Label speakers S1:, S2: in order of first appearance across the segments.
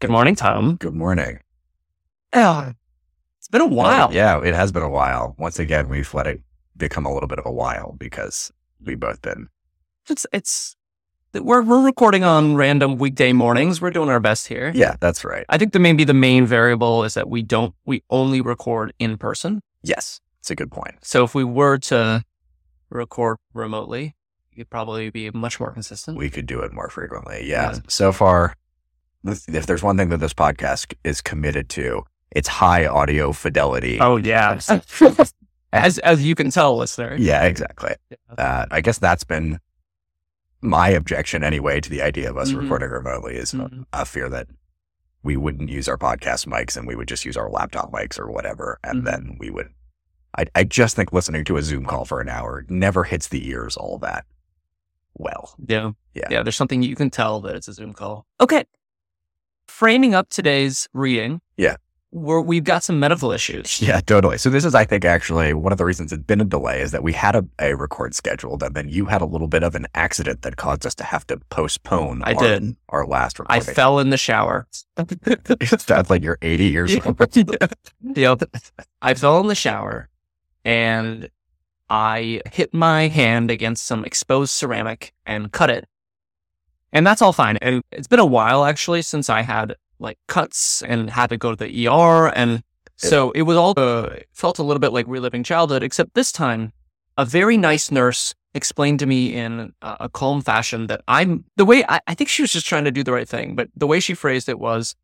S1: Good morning, Tom.
S2: Good morning.
S1: Oh, it's been a while.
S2: Oh, yeah, it has been a while. Once again, we've let it become a little bit of a while because we've both been.
S1: It's it's we're we're recording on random weekday mornings. We're doing our best here.
S2: Yeah, that's right.
S1: I think the maybe the main variable is that we don't we only record in person.
S2: Yes, it's a good point.
S1: So if we were to record remotely, you'd probably be much more consistent.
S2: We could do it more frequently. Yeah.
S1: Mm-hmm. Yeah.
S2: So far, if there's one thing that this podcast is committed to, it's high audio fidelity.
S1: oh yeah. as as you can tell, listener.
S2: Yeah, exactly. Uh, I guess that's been my objection anyway to the idea of us
S1: Mhm.
S2: recording remotely is
S1: Mhm.
S2: a fear that we wouldn't use our podcast mics and we would just use our laptop mics or whatever. And
S1: Mhm.
S2: then we would, I, I just think listening to a Zoom call for an hour never hits the ears all that well.
S1: Yeah.
S2: Yeah.
S1: Yeah. There's something you can tell that it's a Zoom call. Okay. Framing up today's reading.
S2: Yeah.
S1: We're, we've got some medical issues.
S2: Yeah, totally. So this is, I think, actually one of the reasons it's been a delay is that we had a, a record scheduled and then you had a little bit of an accident that caused us to have to postpone
S1: I
S2: our,
S1: did.
S2: our last
S1: I
S2: recording.
S1: fell in the shower.
S2: Sounds like you're 80 years old.
S1: Yep. I fell in the shower and I hit my hand against some exposed ceramic and cut it. And that's all fine. And it's been a while actually since I had like cuts and had to go to the ER. And so it was all, uh, it felt a little bit like reliving childhood, except this time a very nice nurse explained to me in a, a calm fashion that I'm the way I, I think she was just trying to do the right thing, but the way she phrased it was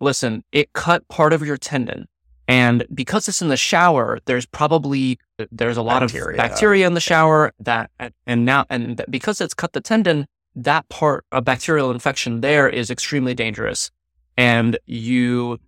S1: listen, it cut part of your tendon. And because it's in the shower, there's probably there's a lot
S2: Bacteria.
S1: of bacteria in the shower that and now and that because it's cut the tendon, that part a bacterial infection there is extremely dangerous, and you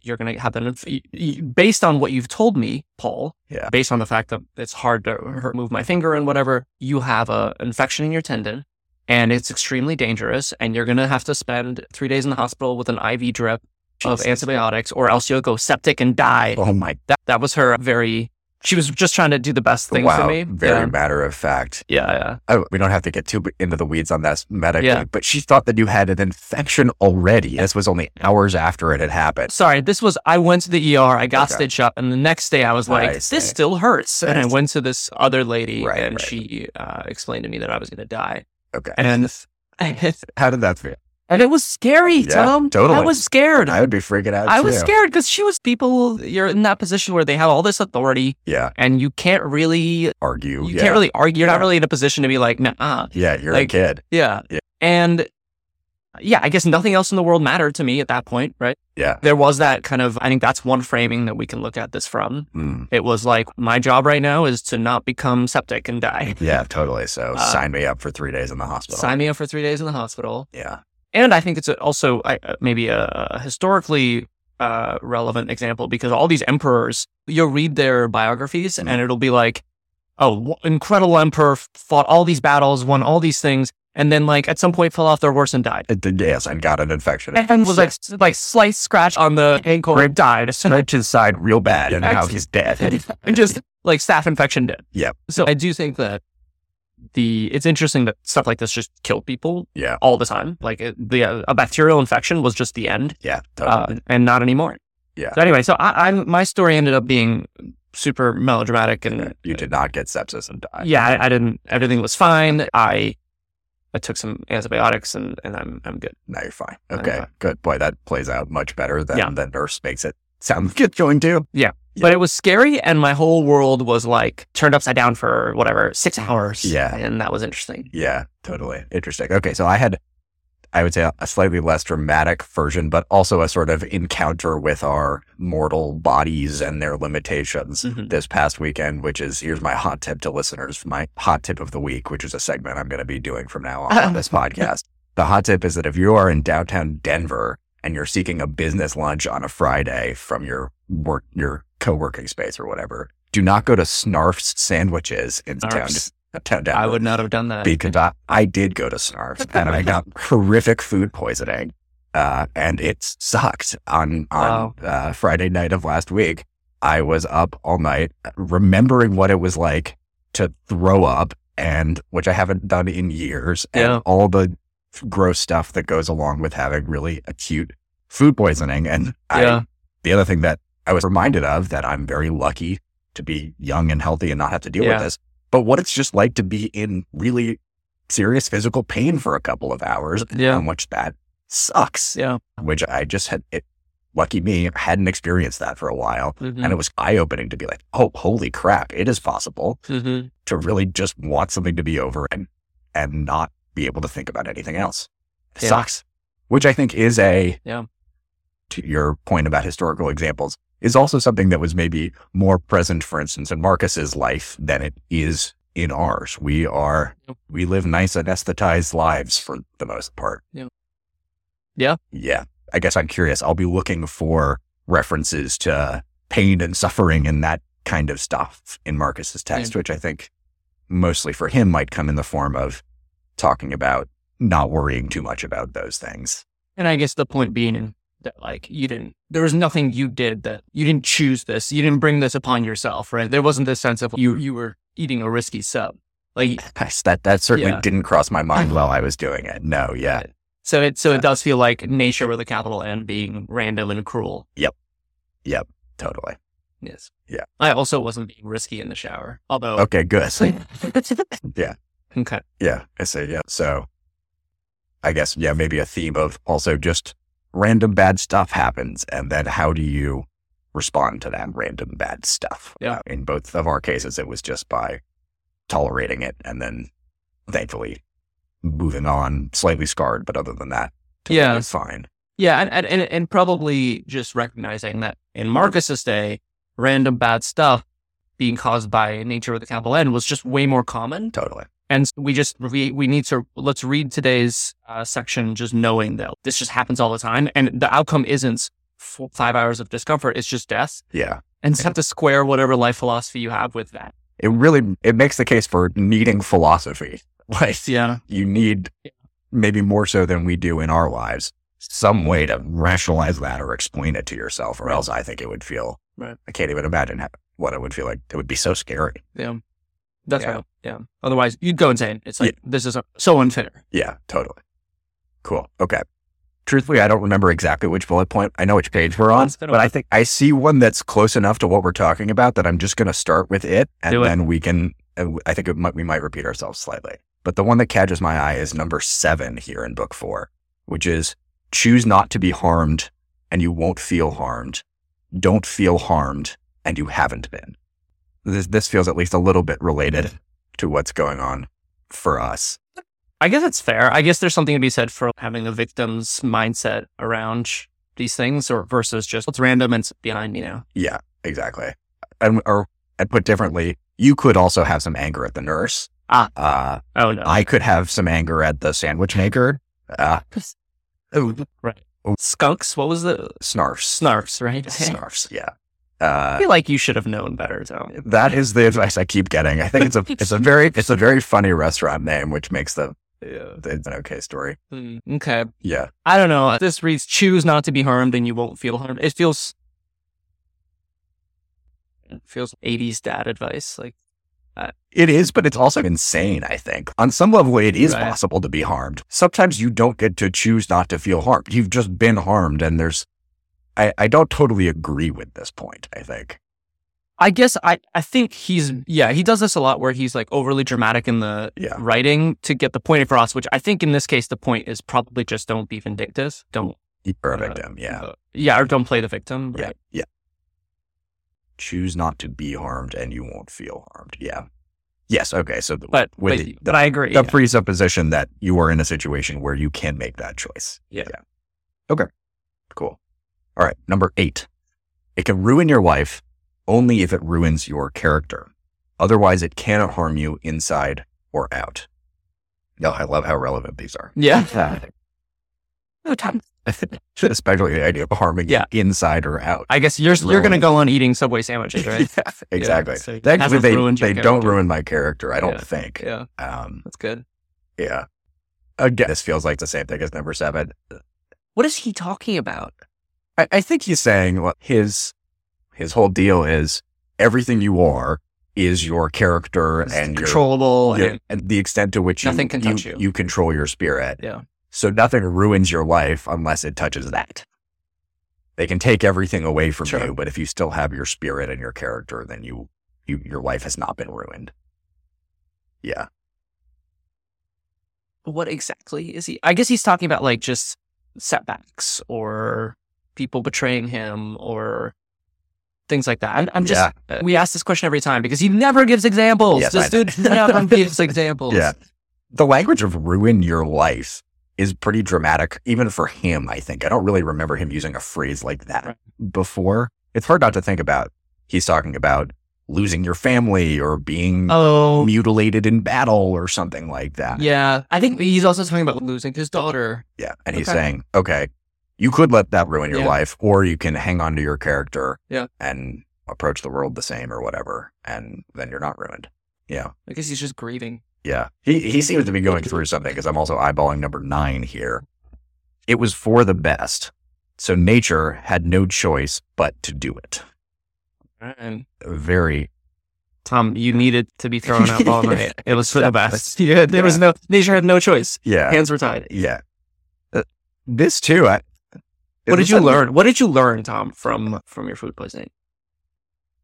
S1: you're going to have an inf- y- y- based on what you've told me, Paul.
S2: Yeah.
S1: Based on the fact that it's hard to hurt- move my finger and whatever, you have a infection in your tendon, and it's extremely dangerous, and you're going to have to spend three days in the hospital with an IV drip of
S2: Jesus.
S1: antibiotics, or else you'll go septic and die.
S2: Oh my
S1: That that was her very. She was just trying to do the best thing
S2: wow,
S1: for me.
S2: Very
S1: yeah.
S2: matter of fact.
S1: Yeah, yeah.
S2: Oh, we don't have to get too into the weeds on this medically,
S1: Yeah.
S2: but she thought that you had an infection already. This was only hours after it had happened.
S1: Sorry, this was. I went to the ER. I got
S2: Okay.
S1: stitched up, and the next day I was like,
S2: I see.
S1: "This still hurts." And I
S2: Yes.
S1: went to this other lady,
S2: Right,
S1: and
S2: right.
S1: she uh, explained to me that I was going to die.
S2: Okay.
S1: and and
S2: How did that feel?
S1: it was scary,
S2: Yeah,
S1: Tom.
S2: totally.
S1: I was scared.
S2: I
S1: I,
S2: would be freaking out.
S1: was
S2: too.
S1: scared because she was people. You're in that position where they have all this authority,
S2: Yeah.
S1: and you can't really, you
S2: Argue. yeah.
S1: can't really argue. You're
S2: Yeah.
S1: not really in a position to be like, nah,
S2: Yeah, you're
S1: like-
S2: a kid.
S1: yeah.
S2: Yeah.
S1: and yeah. I guess nothing else in the world mattered to me at that point, right?
S2: Yeah.
S1: There was that kind of. I think that's one framing that we can look at this from.
S2: Mm.
S1: It was like my job right now is to not become septic and die.
S2: Yeah, totally. So
S1: Uh,
S2: sign me up for three days in the hospital.
S1: Sign me up for three days in the hospital.
S2: yeah.
S1: and I think it's also I- uh, maybe a- a historically uh, relevant example because all these emperors, you'll read their biographies
S2: Mm.
S1: and it'll be like, oh, w- incredible emperor fought all these battles, won all these things, and then like at some point fell off their horse and died.
S2: It did- yes, and got an infection.
S1: And was like s- like sliced scratch on the ankle and died.
S2: Sniped his side real bad, and now
S1: Ex-
S2: he's dead.
S1: and just like staph infection did.
S2: Yep.
S1: So I do think that the it's interesting that stuff like this just killed people
S2: Yeah.
S1: all the time. Like it, the uh, a bacterial infection was just the end.
S2: Yeah,
S1: uh,
S2: totally.
S1: and not anymore.
S2: Yeah.
S1: So anyway, so I, I my story ended up being super melodramatic, and
S2: you did not get sepsis and die.
S1: yeah, I, I didn't. Everything was fine. I I took some antibiotics, and and I'm I'm good.
S2: Now you're fine.
S1: I'm
S2: Okay,
S1: fine.
S2: good. Boy, that plays out much better than
S1: Yeah.
S2: the nurse makes it sound like it's going to. Yeah.
S1: But it was scary, and my whole world was like turned upside down for whatever six hours.
S2: Yeah.
S1: and that was interesting.
S2: Yeah, totally. Interesting. Okay, so I had, I would say, a slightly less dramatic version, but also a sort of encounter with our mortal bodies and their limitations
S1: Mhm.
S2: this past weekend, which is here's my hot tip to listeners, my hot tip of the week, which is a segment I'm going to be doing from now on on this podcast. The hot tip is that if you are in downtown Denver and you're seeking a business lunch on a Friday from your work, your co-working space or whatever, do not go to Snarf's Sandwiches in town,
S1: Snarf's.
S2: downtown Denver
S1: I would not have done that.
S2: because I, I did go to Snarf and I got horrific food poisoning. Uh, and it sucked on, on uh, Friday night of last week. I was up all night uh, remembering what it was like to throw up and which I haven't done in years and
S1: Yeah.
S2: all the gross stuff that goes along with having really acute food poisoning. And
S1: Yeah.
S2: I, the other thing that I was reminded of that I'm very lucky to be young and healthy and not have to deal
S1: Yeah.
S2: with this, but what it's just like to be in really serious physical pain for a couple of hours,
S1: Yeah.
S2: how much that sucks,
S1: Yeah.
S2: which I just had, it, lucky me, hadn't experienced that for a while.
S1: Mhm.
S2: And it was eye opening to be like, oh, holy crap, it is possible
S1: Mhm.
S2: to really just want something to be over and and not be able to think about anything else. It
S1: Yeah.
S2: sucks. Which I think is a
S1: Yeah.
S2: to your point about historical examples, is also something that was maybe more present, for instance, in Marcus's life than it is in ours. We are
S1: Yep.
S2: we live nice anesthetized lives for the most part.
S1: Yep. Yeah.
S2: Yeah. I guess I'm curious. I'll be looking for references to pain and suffering and that kind of stuff in Marcus's text, which I think mostly for him might come in the form of talking about not worrying too much about those things.
S1: And I guess the point being that like you didn't there was nothing you did that you didn't choose this. You didn't bring this upon yourself, right? There wasn't this sense of you you were eating a risky sub. Like
S2: Gosh, that that certainly
S1: Yeah.
S2: didn't cross my mind while I was doing it. No, yeah.
S1: so it so it does feel like nature with a capital N being random and cruel.
S2: Totally.
S1: Yes.
S2: Yeah.
S1: I also wasn't being risky in the shower. Although
S2: Okay, good. Yeah.
S1: Okay.
S2: Yeah, I say yeah. So I guess yeah, maybe a theme of also just random bad stuff happens and then how do you respond to that random bad stuff?
S1: Yeah.
S2: Uh, in both of our cases it was just by tolerating it and then thankfully moving on slightly scarred, but other than that,
S1: Yeah.
S2: totally fine.
S1: Yeah, and, and- and and probably just recognizing that in Marcus's day, random bad stuff being caused by nature with a capital N was just way more common.
S2: Totally.
S1: And we just we, we need to let's read today's uh, section just knowing that this just happens all the time, and the outcome isn't f- five hours of discomfort; it's just death.
S2: Yeah.
S1: And just have to square whatever life philosophy you have with that.
S2: It really it makes the case for needing philosophy. Like
S1: Yeah,
S2: you need maybe more so than we do in our lives some way to rationalize that or explain it to yourself or
S1: Right.
S2: else i think it would feel
S1: Right.
S2: i can't even imagine how, what it would feel like it would be so scary
S1: yeah, that's
S2: Yeah.
S1: right. Yeah, otherwise you'd go insane. It's like this is so unfair.
S2: yeah totally cool okay truthfully i don't remember exactly which bullet point i know which page we're on
S1: Oh, It's been a
S2: but i
S1: while.
S2: think i see one that's close enough to what we're talking about that i'm just going to start with it and
S1: Do it.
S2: then we can uh, i think it might, we might repeat ourselves slightly but the one that catches my eye is number seven here in book four which is choose not to be harmed and you won't feel harmed. Don't feel harmed and you haven't been. This, this feels at least a little bit related to what's going on for us.
S1: I guess it's fair. I guess there's something to be said for having a victim's mindset around sh- these things, or versus just what's random and it's behind me now.
S2: Yeah, exactly. And, or and put differently, you could also have some anger at the nurse.
S1: Ah.
S2: Uh,
S1: Oh no,
S2: I could have some anger at the sandwich maker. Uh,
S1: skunks. What was the
S2: snarfs.
S1: snarfs? Right.
S2: Snarfs, yeah.
S1: I
S2: Uh,
S1: feel like you should have known better, though.
S2: That is the advice I keep getting. I think it's a it's a very it's a very funny restaurant name, which makes the
S1: Yeah.
S2: it's an okay story.
S1: okay.
S2: Yeah,
S1: I don't know. This reads choose not to be harmed and you won't feel harmed. It feels it feels 80s dad advice. Like
S2: it is, but it's also insane. I think on some level it is
S1: Right.
S2: possible to be harmed. Sometimes you don't get to choose not to feel harmed. You've just been harmed, and there's I I don't totally agree with this point. I think
S1: I guess I I think he's yeah, he does this a lot where he's like overly dramatic in the
S2: yeah
S1: writing to get the point across, which I think in this case the point is probably just don't be vindictive. Don't
S2: you're a
S1: Uh,
S2: victim. Yeah,
S1: uh, yeah, or don't play the victim.
S2: yeah,
S1: Right.
S2: yeah. Choose not to be harmed, and you won't feel harmed. Yeah. Yes. Okay. So, the-
S1: But
S2: With
S1: but,
S2: the-
S1: but I agree.
S2: the
S1: yeah.
S2: presupposition that you are in a situation where you can make that choice.
S1: Yeah.
S2: Okay. Cool. All right. Number eight. It can ruin your life only if it ruins your character. Otherwise, it cannot harm you inside or out. No, I love how relevant these are.
S1: yeah. No time.
S2: Especially the idea of harming you
S1: Yeah.
S2: inside or out.
S1: I guess you're you're gonna
S2: Ruined.
S1: go on eating Subway sandwiches, right?
S2: Yeah, exactly.
S1: so it
S2: Thankfully,
S1: hasn't
S2: they,
S1: ruined your
S2: they don't
S1: character.
S2: ruin my character, I don't
S1: Yeah.
S2: think.
S1: yeah.
S2: Um,
S1: That's good.
S2: yeah. Again, this feels like the same thing as number seven.
S1: What is he talking about?
S2: I, I think he's saying well, his his whole deal is everything you are is your character and your-
S1: controllable.
S2: your
S1: and-
S2: and the extent to which
S1: Nothing can
S2: you,
S1: touch you.
S2: you control your spirit.
S1: Yeah.
S2: So nothing ruins your life unless it touches that. They can take everything away from
S1: Sure.
S2: you, but if you still have your spirit and your character, then you, you your life has not been ruined. Yeah.
S1: What exactly is he? I guess he's talking about like just setbacks or people betraying him or things like that. I'm, I'm just, uh, we ask this question every time because he never gives examples.
S2: Yes,
S1: this
S2: I know.
S1: dude never gives examples.
S2: Yeah. The language of ruin your life is pretty dramatic, even for him, I think. I don't really remember him using a phrase like that before. It's hard not to think about. He's talking about losing your family or being
S1: Oh,
S2: mutilated in battle or something like that.
S1: yeah. I think he's also talking about losing his daughter.
S2: Yeah. And he's
S1: Okay.
S2: saying, okay, you could let that ruin your
S1: Yeah.
S2: life, or you can hang on to your character
S1: Yeah.
S2: and approach the world the same or whatever. And then you're not ruined. Yeah.
S1: I guess he's just grieving.
S2: Yeah. He, he seems to be going through something because I'm also eyeballing number nine here. It was for the best. So nature had no choice but to do it.
S1: And
S2: Very
S1: Tom, you needed to be thrown out all night. It was for the best. Yeah, there was
S2: Yeah.
S1: no nature had no choice.
S2: yeah
S1: Hands were tied.
S2: yeah. Uh, this too. I,
S1: What did
S2: this
S1: you
S2: I-
S1: learn? What did you learn, Tom, from from your food poisoning?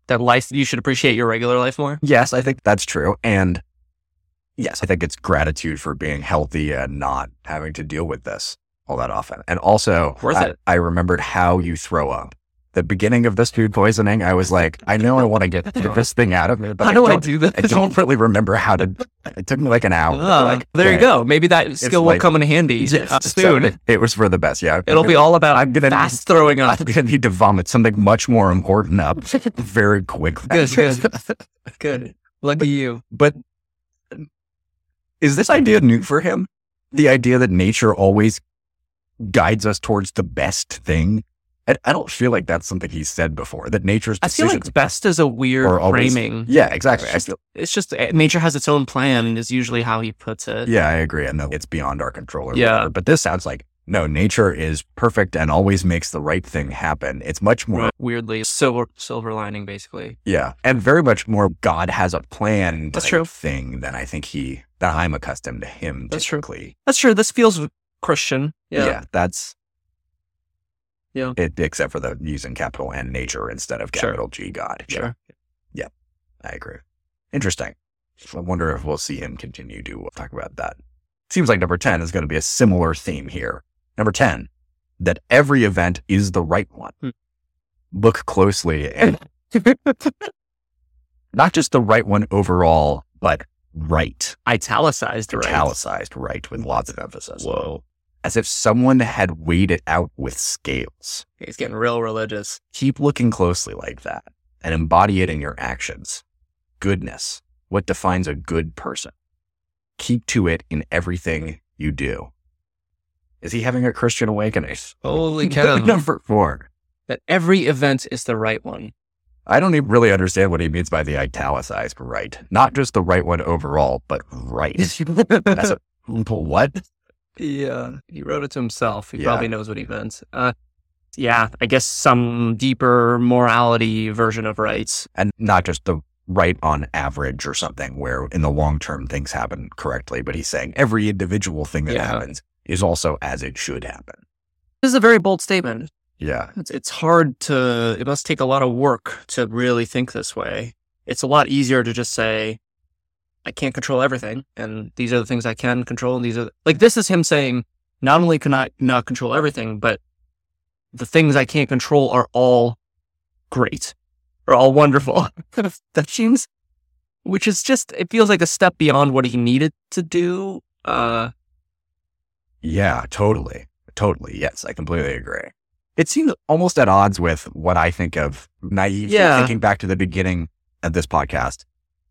S1: That life you should appreciate your regular life more.
S2: Yes, I think that's true. And yes, I think it's gratitude for being healthy and not having to deal with this all that often. And also,
S1: Worth
S2: I,
S1: it.
S2: I remembered how you throw up. The beginning of this food poisoning, I was like, I know I want to get this thing out of me, but
S1: How
S2: I,
S1: do I
S2: don't,
S1: do this?
S2: I don't really remember how to. It took me like an hour.
S1: Ah,
S2: Like,
S1: there you
S2: okay.
S1: go. Maybe that skill will
S2: like-
S1: come in handy
S2: Yes,
S1: uh,
S2: so
S1: soon.
S2: it was for the best. Yeah,
S1: It'll be all about
S2: I'm gonna-
S1: fast throwing up.
S2: I'm gonna need to vomit something much more important up very quickly.
S1: Good, good, good. Lucky you.
S2: But is this idea new for him? The idea that nature always guides us towards the best thing? I, I don't feel like that's something he's said before, that nature's
S1: I feel
S2: decisions
S1: like best is a weird
S2: are always.
S1: framing.
S2: Yeah, exactly. I feel,
S1: It's just uh, nature has its own plan, and is usually how he puts it.
S2: yeah, I agree. I know it's beyond our control or
S1: Yeah.
S2: whatever, but this sounds like no, nature is perfect and always makes the right thing happen. It's much more,
S1: Weirdly, silver silver lining, basically.
S2: yeah, and very much more God has a plan
S1: That's
S2: type
S1: true.
S2: thing than I think he, that I'm accustomed to him
S1: That's true.
S2: typically.
S1: That's true. This feels Christian.
S2: Yeah.
S1: Yeah.
S2: that's
S1: Yeah.
S2: It except for the using capital and nature instead of
S1: Sure.
S2: capital G God. Yeah,
S1: Sure.
S2: I agree. Interesting. I wonder if we'll see him continue to uh, talk about that. Seems like number ten is going to be a similar theme here. Number ten, that every event is the right one.
S1: Hmm.
S2: Look closely and not just the right one overall, but right,
S1: Italicized, right?
S2: italicized right with lots of emphasis,
S1: Whoa.
S2: as if someone had weighed it out with scales.
S1: He's getting real religious.
S2: keep looking closely like that and embody it in your actions. Goodness, what defines a good person? Keep to it in everything you do. Is he having a Christian awakening?
S1: Holy cow.
S2: Number four.
S1: That every event is the right one.
S2: I don't even really understand what he means by the italicized right. Not just the right one overall, but right. That's a, what?
S1: yeah. He wrote it to himself. He
S2: Yeah.
S1: probably knows what he meant. Uh, yeah. I guess some deeper morality version of rights.
S2: and not just the right on average or something where in the long term things happen correctly but he's saying every individual thing that
S1: Yeah.
S2: happens is also as it should happen
S1: This is a very bold statement.
S2: yeah
S1: It's, it's hard to, it must take a lot of work to really think this way. It's a lot easier to just say, I can't control everything. And these are the things I can control. And these are like, this is him saying, not only can I not control everything, but the things I can't control are all great, are all wonderful. that seems, which is just, it feels like a step beyond what he needed to do. Uh,
S2: yeah totally totally yes i completely agree it seems almost at odds with what i think of naively
S1: Yeah.
S2: thinking back to the beginning of this podcast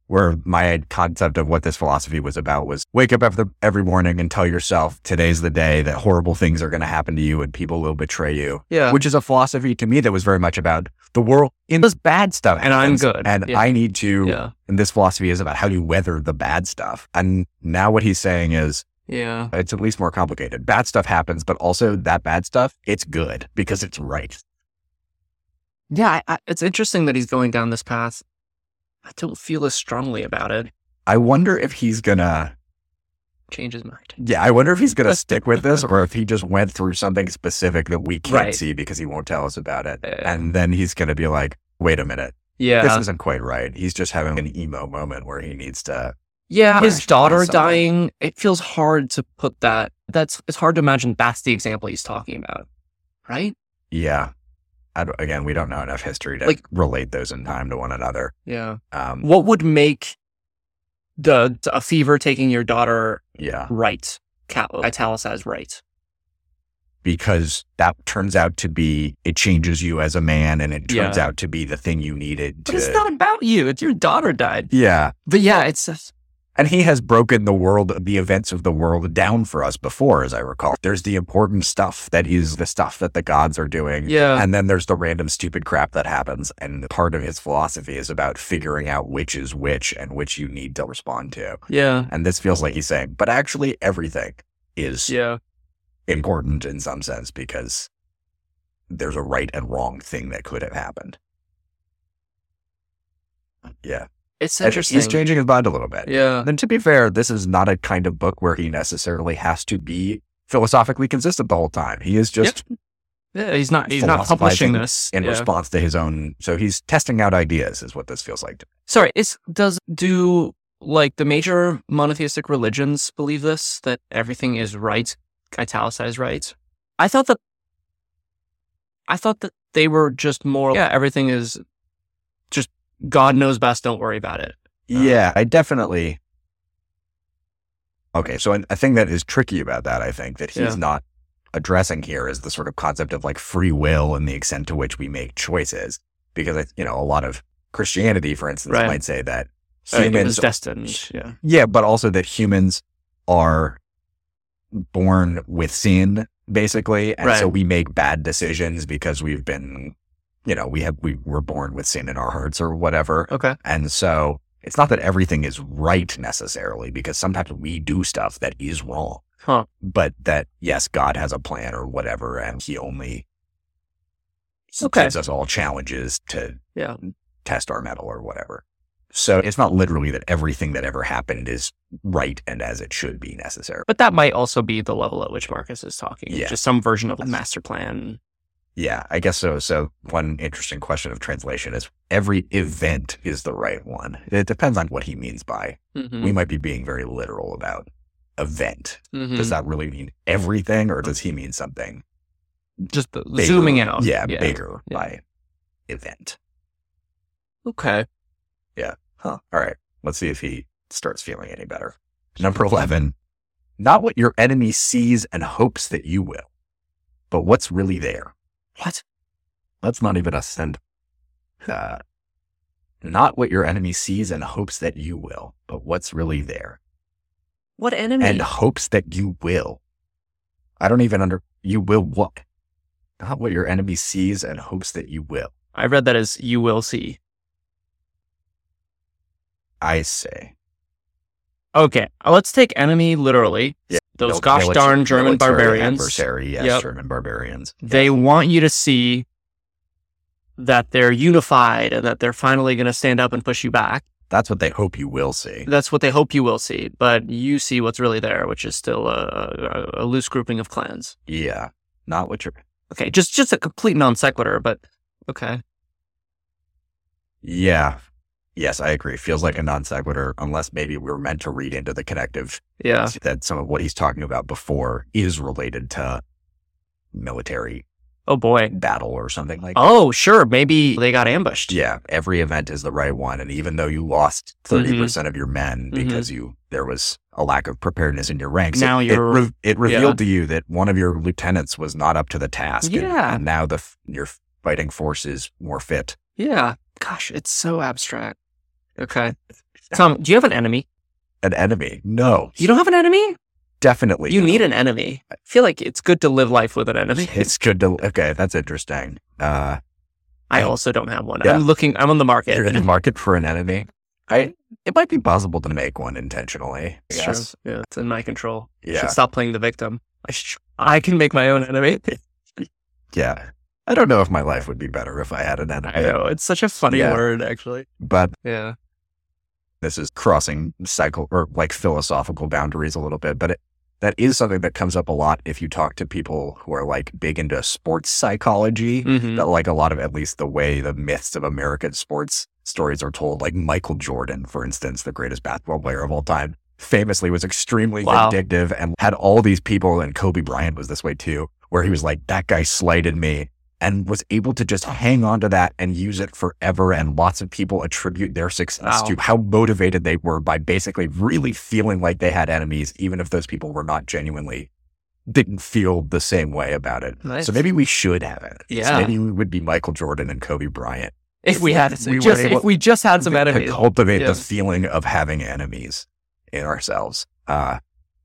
S2: where my concept of what this philosophy was about was wake up every, every morning and tell yourself today's the day that horrible things are going to happen to you and people will betray you
S1: yeah.
S2: which is a philosophy to me that was very much about the world in this bad stuff.
S1: And I'm
S2: happens,
S1: good.
S2: And
S1: Yeah.
S2: I need to,
S1: yeah.
S2: and this philosophy is about how you weather the bad stuff. And now what he's saying is
S1: Yeah.
S2: it's at least more complicated. Bad stuff happens, but also that bad stuff, it's good because it's right.
S1: Yeah, I, I, it's interesting that he's going down this path. I don't feel as strongly about it.
S2: I wonder if he's gonna
S1: change his mind.
S2: Yeah, I wonder if he's going to stick with this or if he just went through something specific that we can't
S1: Right.
S2: see because he won't tell us about it.
S1: Uh,
S2: And then he's going to be like, wait a minute,
S1: Yeah.
S2: this isn't quite right. He's just having an emo moment where he needs to.
S1: yeah.
S2: Crash
S1: His daughter
S2: myself.
S1: dying. It feels hard to put that. That's, it's hard to imagine that's the example he's talking about. Right?
S2: Yeah. I don't- again, we don't know enough history to
S1: Like-
S2: relate those in time to one another.
S1: Yeah.
S2: Um,
S1: What would make the, a fever taking your daughter
S2: yeah.
S1: right? Cap- italicized right.
S2: Because that turns out to be, it changes you as a man and it turns
S1: Yeah.
S2: out to be the thing you needed to.
S1: But it's not about you. It's your daughter died.
S2: yeah.
S1: But yeah, it's just,
S2: And he has broken the world, the events of the world down for us before, as I recall. There's the important stuff that is the stuff that the gods are doing.
S1: yeah.
S2: And then there's the random stupid crap that happens. And part of his philosophy is about figuring out which is which and which you need to respond to.
S1: Yeah.
S2: And this feels like he's saying, but actually, everything is
S1: Yeah.
S2: important in some sense because there's a right and wrong thing that could have happened. Yeah.
S1: It's
S2: And
S1: interesting.
S2: He's changing his mind a little bit.
S1: yeah.
S2: Then to be fair, this is not a kind of book where he necessarily has to be philosophically consistent the whole time. He is just
S1: Yeah, he's not. He's not
S2: Philosophizing
S1: publishing this.
S2: in
S1: Yeah.
S2: response to his own. So he's testing out ideas, is what this feels like. To me.
S1: Sorry, it's does do like the major monotheistic religions believe this that everything is right, italicized right. I thought that. I thought that they were just more. Yeah, everything is just God knows best. Don't worry about it. Uh,
S2: yeah, I definitely. Okay, so an- a thing that is tricky about that, I think, that he's
S1: Yeah.
S2: not addressing here is the sort of concept of like free will and the extent to which we make choices. Because, I- you know, a lot of Christianity, for instance,
S1: Right.
S2: might say that
S1: Uh, it was
S2: humans
S1: destined. Yeah.
S2: Yeah, but also that humans are born with sin, basically, and so
S1: Right.
S2: we make bad decisions because we've been, you know, we have we were born with sin in our hearts or whatever,
S1: Okay.
S2: and so it's not that everything is right necessarily because sometimes we do stuff that is wrong,
S1: Huh.
S2: but that yes, God has a plan or whatever, and He only
S1: Okay.
S2: gives us all challenges to
S1: Yeah.
S2: test our metal or whatever. So it's not literally that everything that ever happened is right and as it should be necessary.
S1: But that might also be the level at which Marcus is talking.
S2: Yeah.
S1: Just some version of a master plan.
S2: Yeah, I guess so. So one interesting question of translation is every event is the right one. It depends on what he means by.
S1: Mhm.
S2: We might be being very literal about event.
S1: Mhm.
S2: Does that really mean everything or does he mean something
S1: Just the,
S2: bigger?
S1: zooming out.
S2: Yeah, bigger
S1: Yeah.
S2: by event.
S1: Okay.
S2: Huh. All right. Let's see if he starts feeling any better. Number 11. Not what your enemy sees and hopes that you will, but what's really there.
S1: What?
S2: That's not even a send. Uh, not what your enemy sees and hopes that you will, but what's really there.
S1: What enemy?
S2: And hopes that you will. I don't even under. You will what? Not what your enemy sees and hopes that you will.
S1: I read that as you will see.
S2: I say.
S1: Okay, uh, let's take enemy literally.
S2: Yeah,
S1: Those
S2: Mil-
S1: gosh
S2: milit-
S1: darn German
S2: military
S1: barbarians.
S2: Adversary, yes,
S1: Yep.
S2: German barbarians.
S1: They want you to see that they're unified and that they're finally going to stand up and push you back.
S2: That's what they hope you will see.
S1: That's what they hope you will see, but you see what's really there, which is still a, a, a loose grouping of clans.
S2: Yeah. Not what you're.
S1: Okay, just just a complete non sequitur, but okay.
S2: Yeah. Yes, I agree. Feels like a non sequitur, unless maybe we were meant to read into the connective
S1: Yeah.
S2: that some of what he's talking about before is related to military
S1: Oh boy.
S2: battle or something like
S1: Oh, sure, maybe they got ambushed.
S2: Yeah, every event is the right one. And even though you lost 30% percent of your men
S1: Mhm.
S2: because you there was a lack of preparedness in your ranks,
S1: Now
S2: it, it,
S1: you're-
S2: re- it
S1: yeah.
S2: revealed to you that one of your lieutenants was not up to the task. and-
S1: Yeah.
S2: And now the f- your fighting force is more fit.
S1: Yeah. Gosh, it's so abstract. Okay. Tom, do you have an enemy?
S2: An enemy? No,
S1: You don't have an enemy?
S2: definitely.
S1: You
S2: no.
S1: need an enemy. I feel like it's good to live life with an enemy.
S2: It's good to. Okay, that's interesting. Uh,
S1: I also don't have one.
S2: Yeah.
S1: I'm looking. I'm on the
S2: you're in
S1: market.
S2: the market for an enemy. I. It might be possible to make one intentionally.
S1: It's true.
S2: Yes.
S1: Yeah, it's in my control.
S2: Yeah.
S1: Should stop playing the victim. I, sh- I can make my own enemy.
S2: Yeah. I don't know if my life would be better if I had an enemy,
S1: I know it's such a funny
S2: Yeah.
S1: word, actually.
S2: but
S1: Yeah.
S2: this is crossing cycle or like philosophical boundaries a little bit, but it, that is something that comes up a lot if you talk to people who are like big into sports psychology.
S1: Mhm.
S2: That like a lot of at least the way the myths of American sports stories are told, like Michael Jordan, for instance, the greatest basketball player of all time, famously was extremely
S1: Wow.
S2: vindictive and had all these people, and Kobe Bryant was this way too, where he was like, that guy slighted me. And was able to just hang on to that and use it forever. And lots of people attribute their success
S1: Wow.
S2: to how motivated they were by basically really feeling like they had enemies, even if those people were not genuinely didn't feel the same way about it.
S1: Nice.
S2: So maybe we should have it.
S1: Yeah.
S2: So maybe we would be Michael Jordan and Kobe Bryant.
S1: If we had,
S2: If we were
S1: just,
S2: able-
S1: if we just had some enemies,
S2: To cultivate
S1: Yeah.
S2: the feeling of having enemies in ourselves. Uh,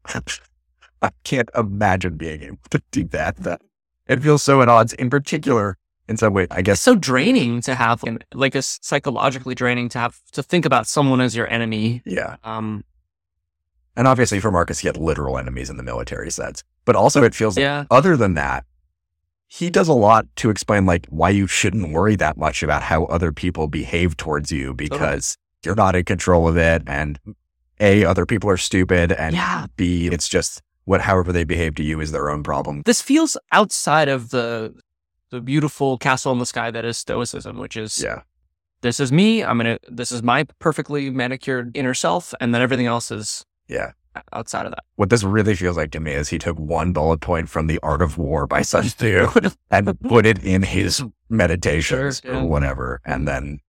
S2: I can't imagine being able to do that. That- It feels so at odds, in particular, in some way, I
S1: it's
S2: guess.
S1: so draining to have, and, like, it's psychologically draining to have to think about someone as your enemy.
S2: Yeah.
S1: Um,
S2: And obviously for Marcus, he had literal enemies in the military sense. But also it feels
S1: yeah,
S2: other than that, he does a lot to explain like why you shouldn't worry that much about how other people behave towards you because you're not in control of it and a other people are stupid and
S1: yeah.
S2: b it's just what however they behave to you is their own problem.
S1: This feels outside of the the beautiful castle in the sky that is Stoicism, which is
S2: Yeah.
S1: this is me. I'm gonna. This is my perfectly manicured inner self, and then everything else is
S2: Yeah.
S1: outside of that.
S2: What this really feels like to me is he took one bullet point from The Art of War by Sun Tzu and put it in his meditations
S1: Sure, yeah.
S2: or whatever and then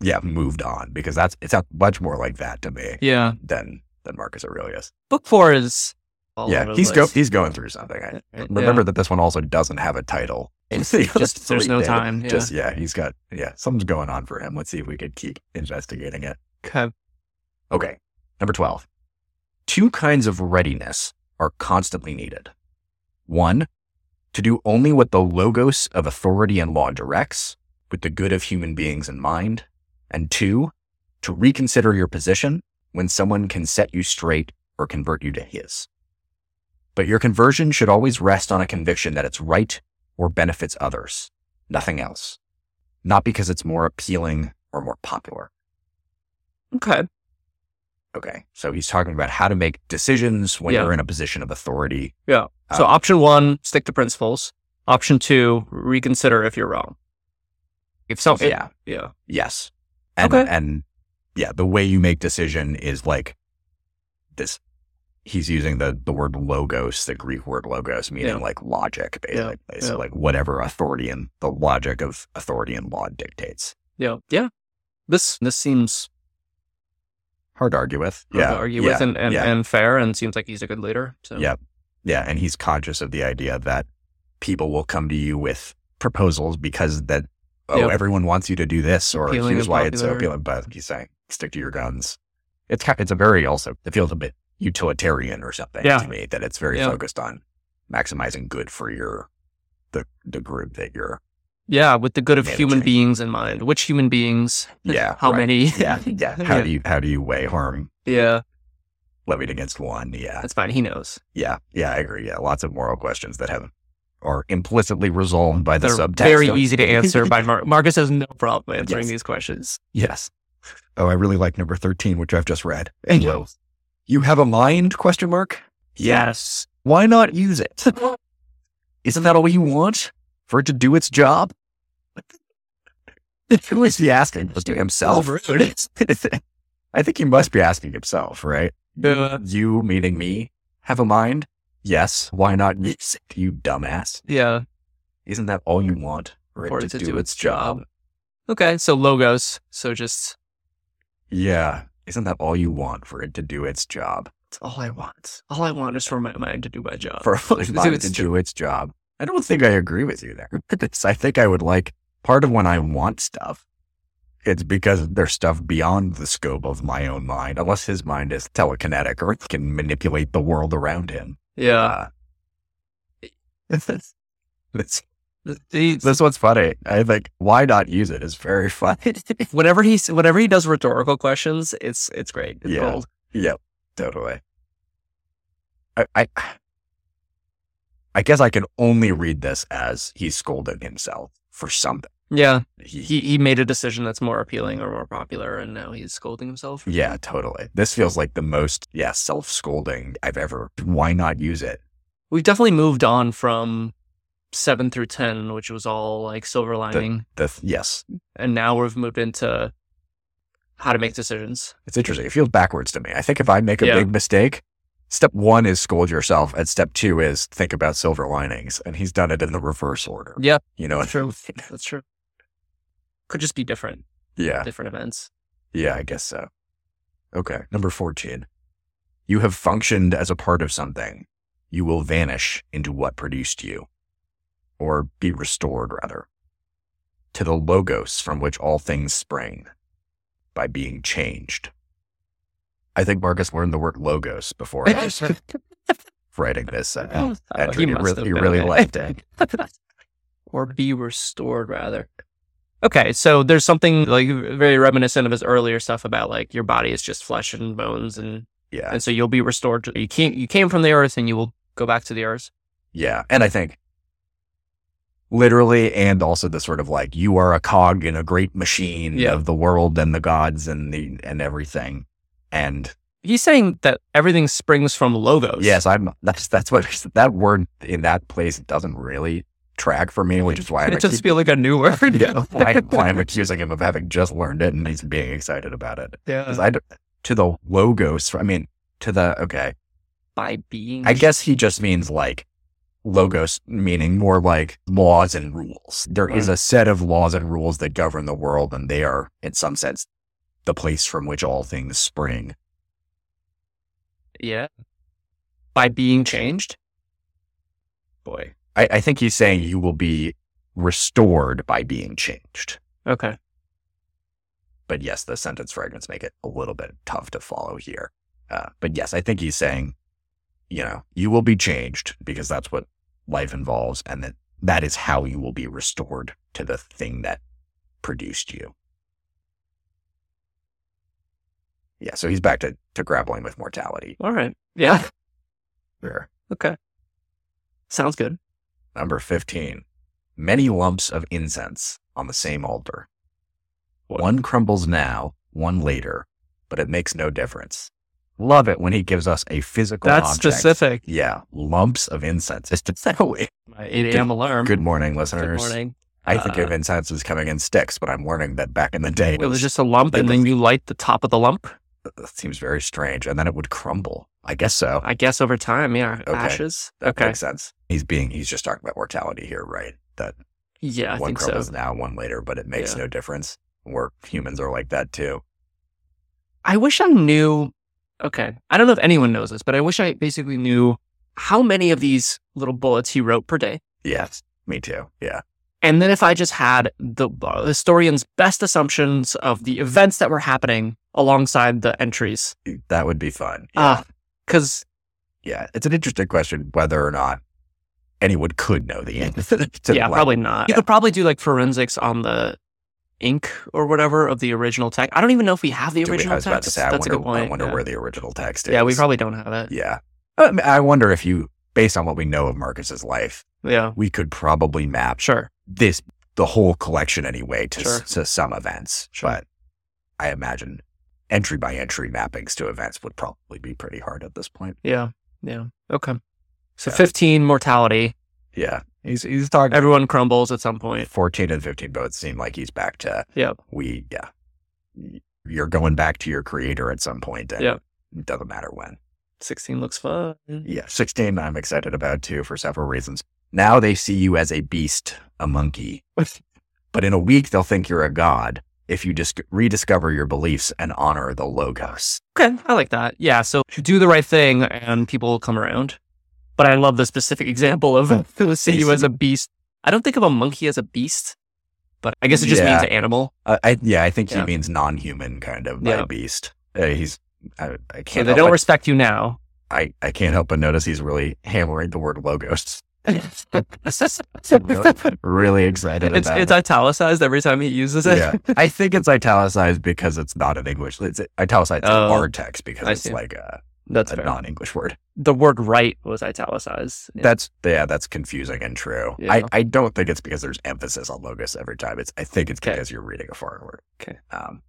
S2: yeah, moved on because that's it sounds much more like that to me
S1: Yeah.
S2: than than Marcus Aurelius.
S1: Book four is all
S2: yeah,
S1: over the
S2: he's go,
S1: place.
S2: he's going through something. I,
S1: Yeah.
S2: remember that this one also doesn't have a title.
S1: It's
S2: The other
S1: just- there's
S2: three
S1: no
S2: did.
S1: time, yeah.
S2: Just yeah, he's got yeah, something's going on for him. Let's see if we could keep investigating it.
S1: Okay.
S2: Okay, number twelve. Two kinds of readiness are constantly needed. One, to do only what the logos of authority and law directs, with the good of human beings in mind. And two, to reconsider your position when someone can set you straight or convert you to his. But your conversion should always rest on a conviction that it's right or benefits others, nothing else. Not because it's more appealing or more popular.
S1: Okay.
S2: Okay. So he's talking about how to make decisions when
S1: Yeah.
S2: you're in a position of authority.
S1: Yeah. So
S2: Uh,
S1: option one, stick to principles. Option two, reconsider if you're wrong. If so, it-
S2: yeah.
S1: yeah,
S2: Yes. And,
S1: Oh, Okay.
S2: and yeah, the way you make decision is like this. He's using the, the word logos, the Greek word logos, meaning
S1: Yeah.
S2: like logic,
S1: Yeah,
S2: basically. So
S1: yeah.
S2: like whatever authority and the logic of authority and law dictates.
S1: yeah, yeah. This this seems
S2: Hard to argue with.
S1: hard to argue
S2: yeah,
S1: with and and,
S2: yeah.
S1: and fair, and seems like he's a good leader. So
S2: Yeah. Yeah, and he's conscious of the idea that people will come to you with proposals because that oh
S1: Yep.
S2: everyone wants you to do this or
S1: Appealing
S2: here's
S1: and
S2: why it's so
S1: popular.
S2: appealing. But he's saying stick to your guns. It's ki- it's a very also it feels a bit utilitarian or something
S1: Yeah.
S2: to me that it's very
S1: Yeah.
S2: focused on maximizing good for your the the group that you're.
S1: yeah, with the good of human
S2: Managing.
S1: beings in mind. Which human beings?
S2: Yeah,
S1: How
S2: right.
S1: many?
S2: Yeah, yeah. How do you how do you weigh harm
S1: yeah,
S2: levied against one? Yeah,
S1: that's fine. He knows.
S2: yeah, yeah. I agree. Yeah, lots of moral questions that have are implicitly resolved by the
S1: They're
S2: subtext.
S1: very
S2: of-
S1: easy to answer by Mar- Marcus has no problem answering
S2: Yes.
S1: these questions.
S2: Yes. Oh, I really like number 13, which I've just read. And you, you have a mind? Question mark.
S1: Yes.
S2: Why not use it? Isn't that all you want for it to do its job? Who is he asking? Just to himself. I think he must be asking himself, right?
S1: Yeah.
S2: You, meaning me, have a mind? Yes. Why not use it, you dumbass?
S1: Yeah.
S2: Isn't that all you want for it, to, do, its job?
S1: Okay. So logos. So just
S2: Yeah. Isn't that all you want for it to do its job?
S1: It's all I want. All I want is for my mind Uh, to do my job.
S2: for a
S1: do
S2: body
S1: its
S2: to
S1: job.
S2: do its job. I don't think I agree with you there. It's- I think I would like part of when I want stuff. It's because there's stuff beyond the scope of my own mind, unless his mind is telekinetic or it can manipulate the world around him. Uh.
S1: yeah.
S2: this, this,
S1: He-
S2: this one's funny. I think why not use it is very funny.
S1: whenever he whenever he does rhetorical questions, it's it's great. It's
S2: Yeah.
S1: gold.
S2: Yep, totally. I, I, I guess I can only read this as he scolded himself for something.
S1: Yeah.
S2: He,
S1: He he made a decision that's more appealing or more popular, and now he's scolding himself.
S2: yeah, totally. This feels like the most, yeah, self scolding I've ever. Why not use it?
S1: We've definitely moved on from seven through ten, which was all like silver lining,
S2: The yes,
S1: and now we've moved into how to make decisions.
S2: it's interesting. It feels backwards to me. I think if I make a
S1: Yeah.
S2: big mistake, step one is scold yourself, and step two is think about silver linings. And he's done it in the reverse order.
S1: Yeah.
S2: You know,
S1: That's true. That's true. Could just be different,
S2: yeah,
S1: different events.
S2: yeah, I guess so. Okay, number fourteen. You have functioned as a part of something. You will vanish into what produced you, or be restored rather, to the logos from which all things spring, by being changed. I think Marcus learned the word logos before writing this.
S1: Oh,
S2: Uh, entry. You really, you really liked it.
S1: or be restored rather. Okay, so there's something like very reminiscent of his earlier stuff about like your body is just flesh and bones, and
S2: Yeah.
S1: and so you'll be restored. To, you came you came from the earth, and you will go back to the earth.
S2: Yeah. And I think literally, and also the sort of like, you are a cog in a great machine
S1: Yeah.
S2: of the world and the gods and the, and everything. And
S1: He's saying that everything springs from logos.
S2: yes, I'm, that's, that's what that word in that place doesn't really track for me, which is why I'm,
S1: it just
S2: accu-
S1: feel like a new word.
S2: yeah, why, why I'm accusing him of having just learned it and he's being excited about it.
S1: Uh.
S2: 'Cause I d- to the logos, I mean, to the, okay.
S1: by being.
S2: I guess he just means like logos, meaning more like laws and rules. There is a set of laws and rules that govern the world, and they are, in some sense, the place from which all things spring.
S1: yeah, by being changed. Boy.
S2: I, I think he's saying you will be restored by being changed.
S1: Okay.
S2: But yes, the sentence fragments make it a little bit tough to follow here. Uh, but yes, I think he's saying, you know, you will be changed because that's what life involves, and that that is how you will be restored to the thing that produced you. Yeah, so he's back to, to grappling with mortality.
S1: All right. Yeah.
S2: Sure.
S1: Okay. Sounds good.
S2: Number 15 many lumps of incense on the same altar.
S1: What?
S2: One crumbles now, one later, but it makes no difference. Love it when he gives us a physical
S1: That's
S2: object.
S1: specific.
S2: Yeah, lumps of incense. It's just that way.
S1: My 8 a.m. alarm.
S2: Good morning, listeners.
S1: Good morning.
S2: I think
S1: Uh,
S2: of incense as coming in sticks, but I'm learning that back in the day,
S1: It was just a lump, and then you light the top of the lump.
S2: it seems very strange, and then it would crumble. I guess so.
S1: I guess over time, yeah,
S2: Okay.
S1: ashes.
S2: That
S1: Okay,
S2: makes sense. He's being, he's just talking about mortality here, right? That
S1: yeah, I
S2: one
S1: think so.
S2: crumbles now, one later, but it makes
S1: Yeah.
S2: no difference. We're humans are like that too.
S1: I wish I knew. Okay, I don't know if anyone knows this, but I wish I basically knew how many of these little bullets he wrote per day.
S2: Yes, me too. Yeah,
S1: And then if I just had the uh, historian's best assumptions of the events that were happening alongside the entries,
S2: that would be fun. Yeah.
S1: ah, because
S2: yeah, it's an interesting question whether or not anyone could know the answer. to,
S1: yeah,
S2: like,
S1: probably not. You
S2: Yeah.
S1: could probably do like forensics on the ink or whatever of the original text. I don't even know if we have the
S2: do we-
S1: original
S2: I was about
S1: text.
S2: to say, I
S1: That's
S2: wonder,
S1: a good point.
S2: I wonder
S1: yeah.
S2: where the original text is.
S1: yeah, we probably don't have it.
S2: Yeah, I mean, I wonder if you, based on what we know of Marcus's life,
S1: Yeah,
S2: we could probably map
S1: sure.
S2: this the whole collection anyway to
S1: Sure.
S2: to some events. But I imagine entry by entry mappings to events would probably be pretty hard at this point.
S1: Yeah, yeah. Okay. So
S2: Yeah.
S1: 15 mortality.
S2: Yeah, he's he's talking.
S1: Everyone crumbles at some point.
S2: 14 and 15 both seem like he's back to
S1: Yep.
S2: we yeah Y- you're going back to your creator at some point and
S1: Yep.
S2: it doesn't matter when
S1: 16 looks fun.
S2: yeah 16 i'm excited about too for several reasons now they see you as a beast a monkey but in a week they'll think you're a god if you dis- rediscover your beliefs and honor the logos
S1: Okay, I like that. Yeah, so do the right thing and people will come around. But I love the specific example of see you as a beast. I don't think of a monkey as a beast, but I guess it just
S2: Yeah.
S1: means animal.
S2: uh, I, yeah i think
S1: Yeah.
S2: he means non-human kind of by
S1: Yeah.
S2: beast uh, he's I,
S1: So
S2: I can't
S1: they
S2: help
S1: don't
S2: but-
S1: respect you now.
S2: I, I can't help but notice he's really hammering the word logos
S1: it's,
S2: really excited
S1: it's
S2: about it.
S1: italicized every time he uses it.
S2: yeah. I think it's italicized because it's not in English. It's italicized in
S1: Oh.
S2: our text because
S1: I
S2: it's
S1: see.
S2: like a
S1: That's
S2: a
S1: fair.
S2: non-English word.
S1: the word right was italicized. Yeah.
S2: That's yeah, that's confusing and true. I,
S1: Yeah.
S2: I don't think it's because there's emphasis on logos every time. It's I think it's
S1: Okay.
S2: because you're reading a foreign word.
S1: Okay.
S2: Um,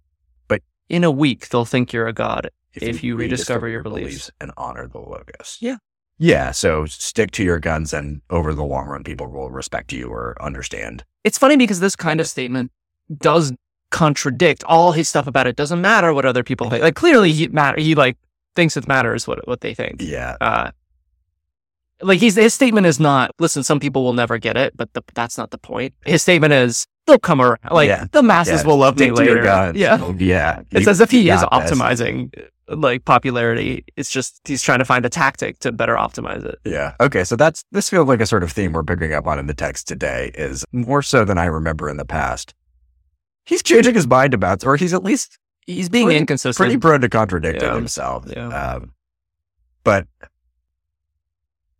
S1: in a week, they'll think you're a god. If you rediscover your beliefs.
S2: and honor the logos.
S1: Yeah.
S2: Yeah. So stick to your guns, and over the long run, people will respect you or understand.
S1: It's funny because this kind of statement does contradict all his stuff about it doesn't matter what other people think. Like clearly, he matter. He like thinks it matters what what they think.
S2: Yeah.
S1: Uh, like he's, his statement is not listen. Some people will never get it, but the, that's not the point. His statement is they'll come around. Like
S2: Yeah.
S1: the masses
S2: Yeah.
S1: will love me
S2: Stick to your
S1: later.
S2: guns. Oh,
S1: Yeah.
S2: Yeah.
S1: It's
S2: You-
S1: as if he
S2: you
S1: is
S2: got this.
S1: optimizing uh, like popularity. It's just he's trying to find a tactic to better optimize it.
S2: Yeah. Okay. So that's this feels like a sort of theme we're picking up on in the text today is more so than I remember in the past. He's changing his mind about, or he's at least
S1: He's being
S2: Pretty-
S1: inconsistent.
S2: pretty prone to contradicting
S1: Yeah.
S2: himself.
S1: Yeah.
S2: Um, but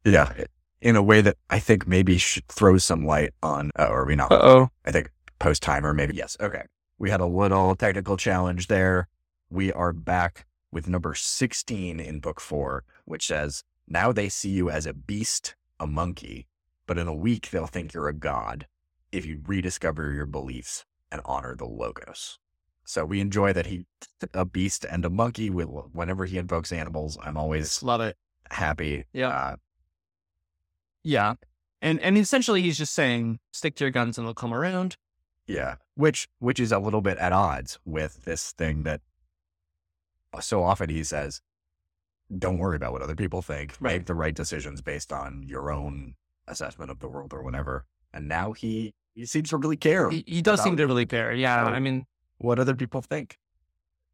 S2: yeah, in a way that I think maybe should throw some light on, uh, or we not,
S1: uh oh.
S2: I think post timer, maybe. Yes. Okay. We had a little technical challenge there. We are back with number 16 in book four, which says, Now they see you as a beast, a monkey, but in a week they'll think you're a god if you rediscover your beliefs and honor the logos. So we enjoy that he, a beast and a monkey, we, whenever he invokes animals, I'm always
S1: Love it.
S2: happy.
S1: Yeah.
S2: Uh,
S1: Yeah. And and essentially he's just saying stick to your guns and they'll come around.
S2: Yeah, which which is a little bit at odds with this thing that so often he says, "Don't worry about what other people think.
S1: Right.
S2: Make the right decisions based on your own assessment of the world or whatever." And now he he seems to really care
S1: He, he does seem to really care. Yeah.
S2: Right.
S1: I mean,
S2: what other people think.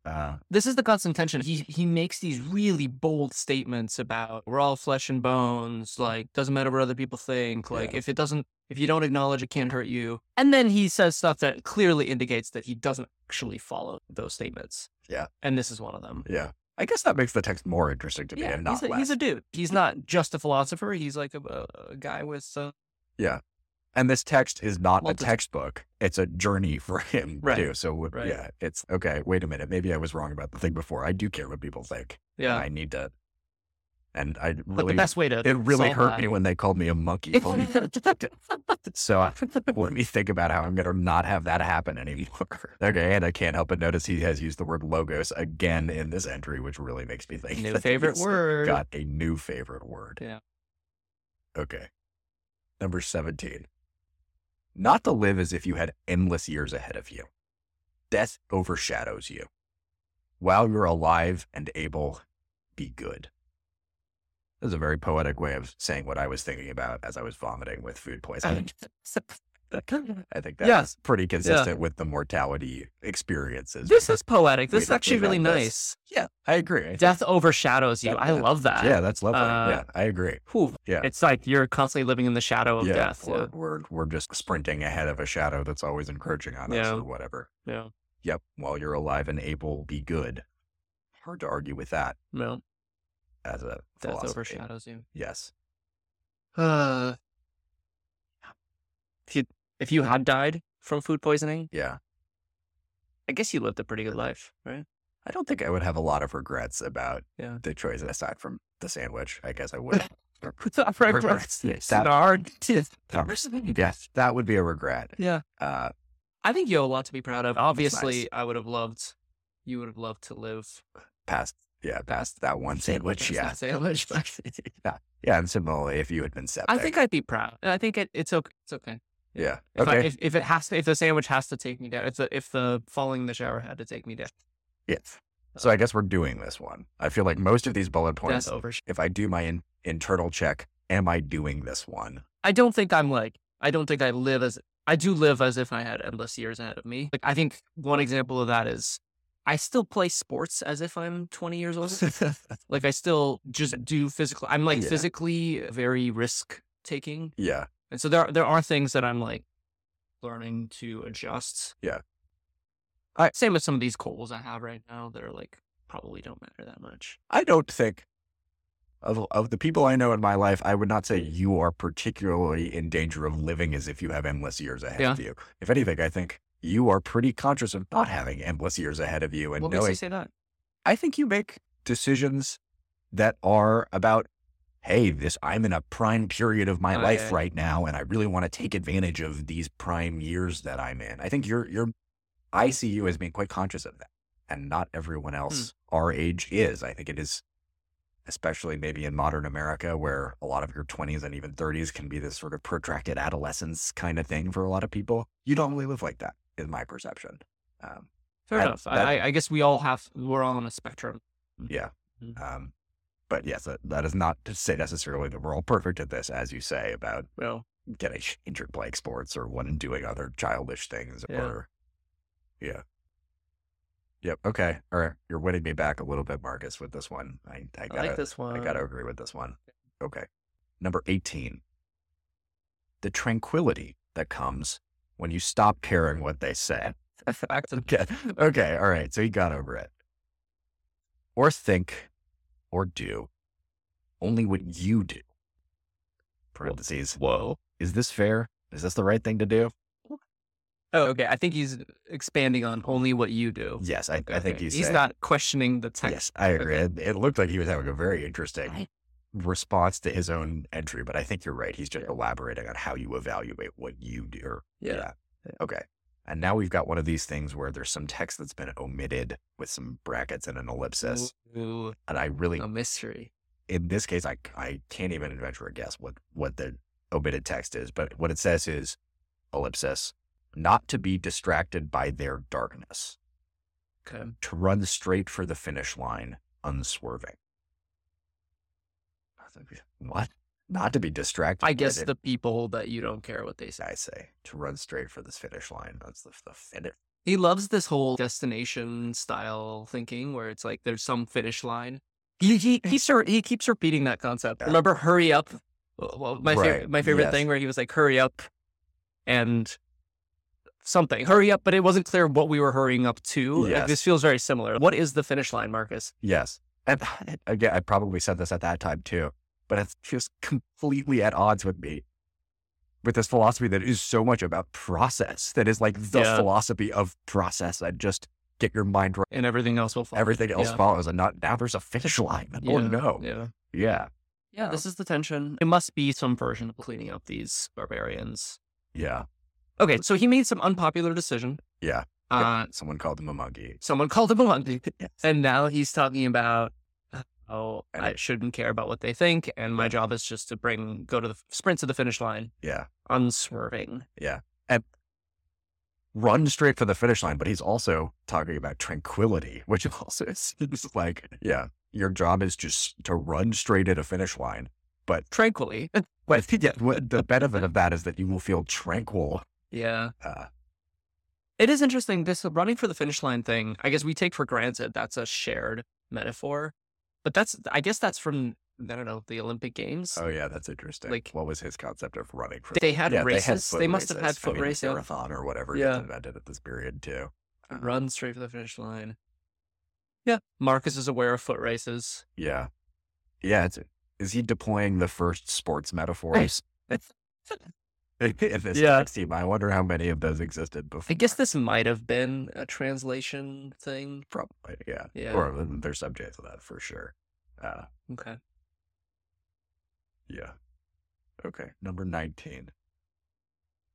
S2: Uh,
S1: this is the constant tension. He he makes these really bold statements about we're all flesh and bones, like doesn't matter what other people think, like
S2: Yeah.
S1: if it doesn't if you don't acknowledge it can't hurt you. And then he says stuff that clearly indicates that he doesn't actually follow those statements.
S2: Yeah.
S1: And this is one of them.
S2: yeah, I guess that makes the text more interesting to me, and not
S1: he's, a,
S2: less.
S1: he's a dude. He's not just a philosopher. He's like a, a guy with uh,
S2: and this text is not
S1: Well,
S2: a
S1: the-
S2: textbook it's a journey for him
S1: Right.
S2: too so w-
S1: Right.
S2: yeah it's okay wait a minute maybe i was wrong about the thing before i do care what people think and
S1: yeah.
S2: i need to and i
S1: But
S2: really
S1: the best way to
S2: it really
S1: solve
S2: hurt
S1: that-
S2: me when they called me a monkey so I, let me think about how i'm gonna not have that happen anymore okay and i can't help but notice he has used the word logos again in this entry which really makes me think
S1: New
S2: that
S1: favorite
S2: he's-
S1: word.
S2: got a new favorite word.
S1: Yeah.
S2: Okay. Number 17. Not to live as if you had endless years ahead of you. Death overshadows you. While you're alive and able, be good. This is a very poetic way of saying what I was thinking about as I was vomiting with food poisoning. I think that's
S1: Yes.
S2: pretty consistent with the mortality experiences.
S1: This is poetic. This
S2: We
S1: is actually
S2: definitely
S1: really
S2: got
S1: nice.
S2: this. Yeah, I agree. I
S1: Death overshadows you.
S2: That-
S1: I love that.
S2: yeah, that's lovely.
S1: Uh,
S2: yeah, I agree.
S1: Whew.
S2: Yeah.
S1: It's like you're constantly living in the shadow of death.
S2: We're, we're we're just sprinting ahead of a shadow that's always encroaching on us
S1: Yeah.
S2: or whatever.
S1: yeah. Yeah.
S2: Yep. While you're alive and able, be good. Hard to argue with that
S1: No.
S2: as a
S1: Death
S2: philosophy.
S1: overshadows you.
S2: Yes.
S1: Uh, if you if you had died from food poisoning,
S2: Yeah.
S1: I guess you lived a pretty good life, right?
S2: I don't think I would have a lot of regrets about
S1: Yeah.
S2: the choice aside from the sandwich. I guess I would. Regrets. Yes, that-
S1: That,
S2: yes, that would be a regret.
S1: yeah.
S2: Uh,
S1: I think you owe a lot to be proud of. Obviously,
S2: Oh, nice.
S1: I would have loved, you would have loved to live.
S2: past yeah, past that one sandwich.
S1: That's
S2: Yeah.
S1: not sandwich. but-
S2: yeah. Yeah. And similarly, if you had been septic.
S1: I think I'd be proud. And I think it, it's okay. It's okay.
S2: Yeah.
S1: If,
S2: okay.
S1: I, if, if it has to, if the sandwich has to take me down, if the if the falling in the shower had to take me down,
S2: yes. So I guess we're doing this one. I feel like most of these bullet points
S1: Oh. that's over.
S2: if I do my in- internal check, am I doing this one?
S1: I don't think I'm like. I don't think I live as. I do live as if I had endless years ahead of me. Like I think one example of that is, I still play sports as if I'm 20 years old. like I still just do physical. I'm like
S2: Yeah.
S1: physically very risk taking,
S2: yeah.
S1: and so there there are things that I'm like learning to adjust.
S2: Yeah.
S1: I, Same with some of these goals I have right now that are like probably don't matter that much.
S2: I don't think of of the people I know in my life, I would not say you are particularly in danger of living as if you have endless years ahead of you. If anything, I think you are pretty conscious of not having endless years ahead of you and
S1: what makes
S2: knowing
S1: you say that?
S2: I think you make decisions that are about, hey, this I'm in a prime period of my
S1: Oh,
S2: life
S1: yeah.
S2: right now, and I really want to take advantage of these prime years that I'm in. I think you're you're
S1: Mm.
S2: I see you as being quite conscious of that. And not everyone else our age is. I think it is especially maybe in modern America where a lot of your 20s and even 30s can be this sort of protracted adolescence kind of thing for a lot of people. You don't really live like that, is my perception. Um,
S1: Fair
S2: I-
S1: enough.
S2: that-
S1: I, I guess we all have, we're all on a spectrum.
S2: yeah.
S1: Mhm.
S2: Um, but yes, that, that is not to say necessarily that we're all perfect at this, as you say about
S1: Well,
S2: getting injured playing sports or one doing other childish things
S1: Yeah.
S2: or, yeah. Yep. Okay. All right. You're winning me back a little bit, Marcus, with this one. I, I,
S1: I
S2: gotta,
S1: like this one.
S2: I got to agree with this one. Okay. Number 18. The tranquility that comes when you stop caring what they say.
S1: Back to
S2: Okay. Okay. All right. So he got over it. Or think or do only what you do. Parentheses.
S1: Whoa.
S2: Is this fair? Is this the right thing to do?
S1: Oh, okay. I think he's expanding on only what you do.
S2: Yes. I, I think
S1: Okay.
S2: he's,
S1: he's not questioning the text.
S2: Yes, I agree. It, it looked like he was having a very interesting response to his own entry, but I think you're right. He's just elaborating on how you evaluate what you do. or-
S1: Yeah.
S2: Okay. And now we've got one of these things where there's some text that's been omitted with some brackets and an ellipsis.
S1: Ooh,
S2: And I really,
S1: a mystery.
S2: in this case, I, I can't even venture a guess what, what the omitted text is, but what it says is ellipsis, not to be distracted by their darkness,
S1: Okay.
S2: to run straight for the finish line, unswerving. What? Not to be distracted.
S1: I
S2: by
S1: guess
S2: their-
S1: the people that you don't care what they say.
S2: I say to run straight for this finish line. That's the, the finish.
S1: He loves this whole destination style thinking where it's like there's some finish line. He he he, sur- he keeps repeating that concept.
S2: Yeah.
S1: Remember, hurry up. Well, my favorite
S2: Right,
S1: my favorite
S2: yes.
S1: thing where he was like, hurry up, and something. Hurry up, but it wasn't clear what we were hurrying up to. Like,
S2: Yes.
S1: this feels very similar. What is the finish line, Marcus?
S2: Yes. And again, I probably said this at that time too, but it's just completely at odds with me with this philosophy that is so much about process, that is like the
S1: Yeah.
S2: philosophy of process and just get your mind right.
S1: And everything else will follow.
S2: Everything else
S1: Yeah.
S2: follows and not now there's a finish line. Oh
S1: Yeah.
S2: no.
S1: Yeah.
S2: Yeah.
S1: Yeah, this is the tension. It must be some version of cleaning up these barbarians.
S2: Yeah.
S1: Okay, so he made some unpopular decision.
S2: Yeah.
S1: Uh,
S2: Someone called him a monkey.
S1: someone called him a monkey,
S2: Yes.
S1: and now he's talking about oh,
S2: And
S1: I shouldn't care about what they think, and my job is just to bring go to the sprint to the finish line,
S2: Yeah.
S1: unswerving.
S2: run straight for the finish line, but he's also talking about tranquility, which also seems like, yeah, your job is just to run straight at a finish line.
S1: Tranquilly.
S2: But yeah, what- the benefit of that is that you will feel tranquil.
S1: yeah.
S2: Uh,
S1: It is interesting. This running for the finish line thing, I guess we take for granted that's a shared metaphor. But that's I guess that's from I don't know, the Olympic Games.
S2: oh, yeah, that's interesting.
S1: Like-
S2: what was his concept of running for
S1: They had
S2: yeah,
S1: races. They,
S2: foot
S1: must have had
S2: races. I
S1: foot
S2: mean,
S1: races.
S2: Marathon or whatever
S1: Yeah.
S2: yeah. invented at this period, too. Uh,
S1: Run straight for the finish line. Yeah. Marcus is aware of foot races.
S2: Yeah. Yeah. It's, is he deploying the first sports metaphors? In this
S1: Yeah.
S2: text team, I wonder how many of those existed before.
S1: I guess this might have been a translation thing.
S2: Probably, yeah.
S1: Yeah.
S2: Or uh, they're subject to that for sure. Uh,
S1: Okay.
S2: yeah. Okay. Number 19.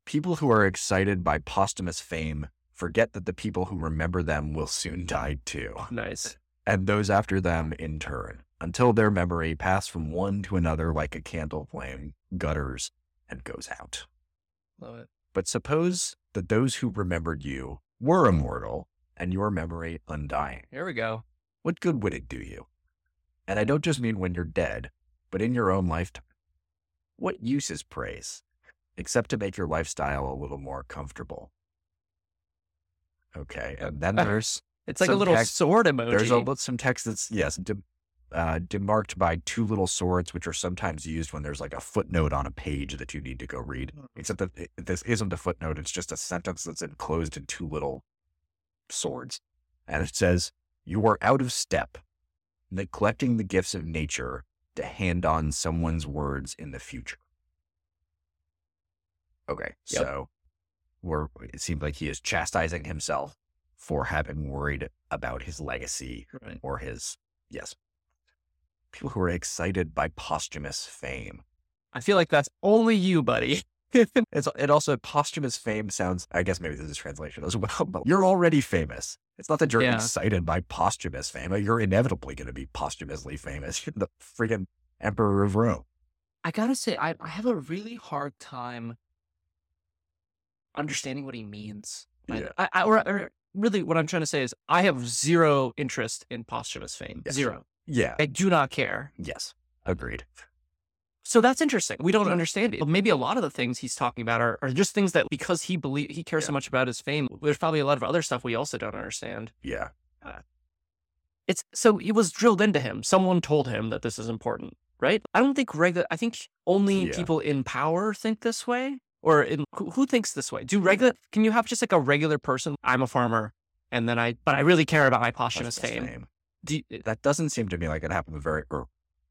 S2: People who are excited by posthumous fame forget that the people who remember them will soon die too,
S1: Nice.
S2: and those after them in turn, until their memory pass from one to another like a candle flame, gutters, and goes out.
S1: Love it.
S2: But suppose that those who remembered you were immortal and your memory undying.
S1: Here we go.
S2: what good would it do you? And I don't just mean when you're dead, but in your own lifetime. What use is praise, except to make your lifestyle a little more comfortable? Okay, and then there's
S1: It's like a
S2: Some
S1: little
S2: text-
S1: sword emoji.
S2: there's a, li- some text that's yes, de, uh, demarked by two little swords, which are sometimes used when there's like a footnote on a page that you need to go read.
S1: Hmm.
S2: Except that it, this isn't a footnote; it's just a sentence that's enclosed in two little swords, and it says, "You are out of step, neglecting the gifts of nature to hand on someone's words in the future." Okay,
S1: Yep.
S2: so we're, it seems like he is chastising himself for having worried about his legacy
S1: Right.
S2: or his yes people who are excited by posthumous fame.
S1: I feel like that's only you, buddy.
S2: It's, it also posthumous fame sounds, I guess maybe this is translation as well, but you're already famous. It's not that you're
S1: Yeah.
S2: excited by posthumous fame. You're inevitably going to be posthumously famous. You're the freaking emperor of Rome.
S1: I gotta say, I, I have a really hard time understanding what he means. by
S2: Yeah.
S1: that. I, I, or, or really, what I'm trying to say is, I have zero interest in posthumous fame.
S2: Yes.
S1: Zero.
S2: Yeah.
S1: I do not care.
S2: Yes. Agreed.
S1: So that's interesting. We don't
S2: Yeah.
S1: understand it. Maybe a lot of the things he's talking about are, are just things that because he believe he cares so
S2: Yeah.
S1: much about his fame, there's probably a lot of other stuff we also don't understand.
S2: Yeah.
S1: It's so it was drilled into him. Someone told him that this is important, right? I don't think regular. I think only
S2: Yeah.
S1: people in power think this way, or in who, who thinks this way. Do regular? Can you have just like a regular person? I'm a farmer, and then I, but I really care about my posthumous fame. Do you-
S2: That doesn't seem to me like it happened very, or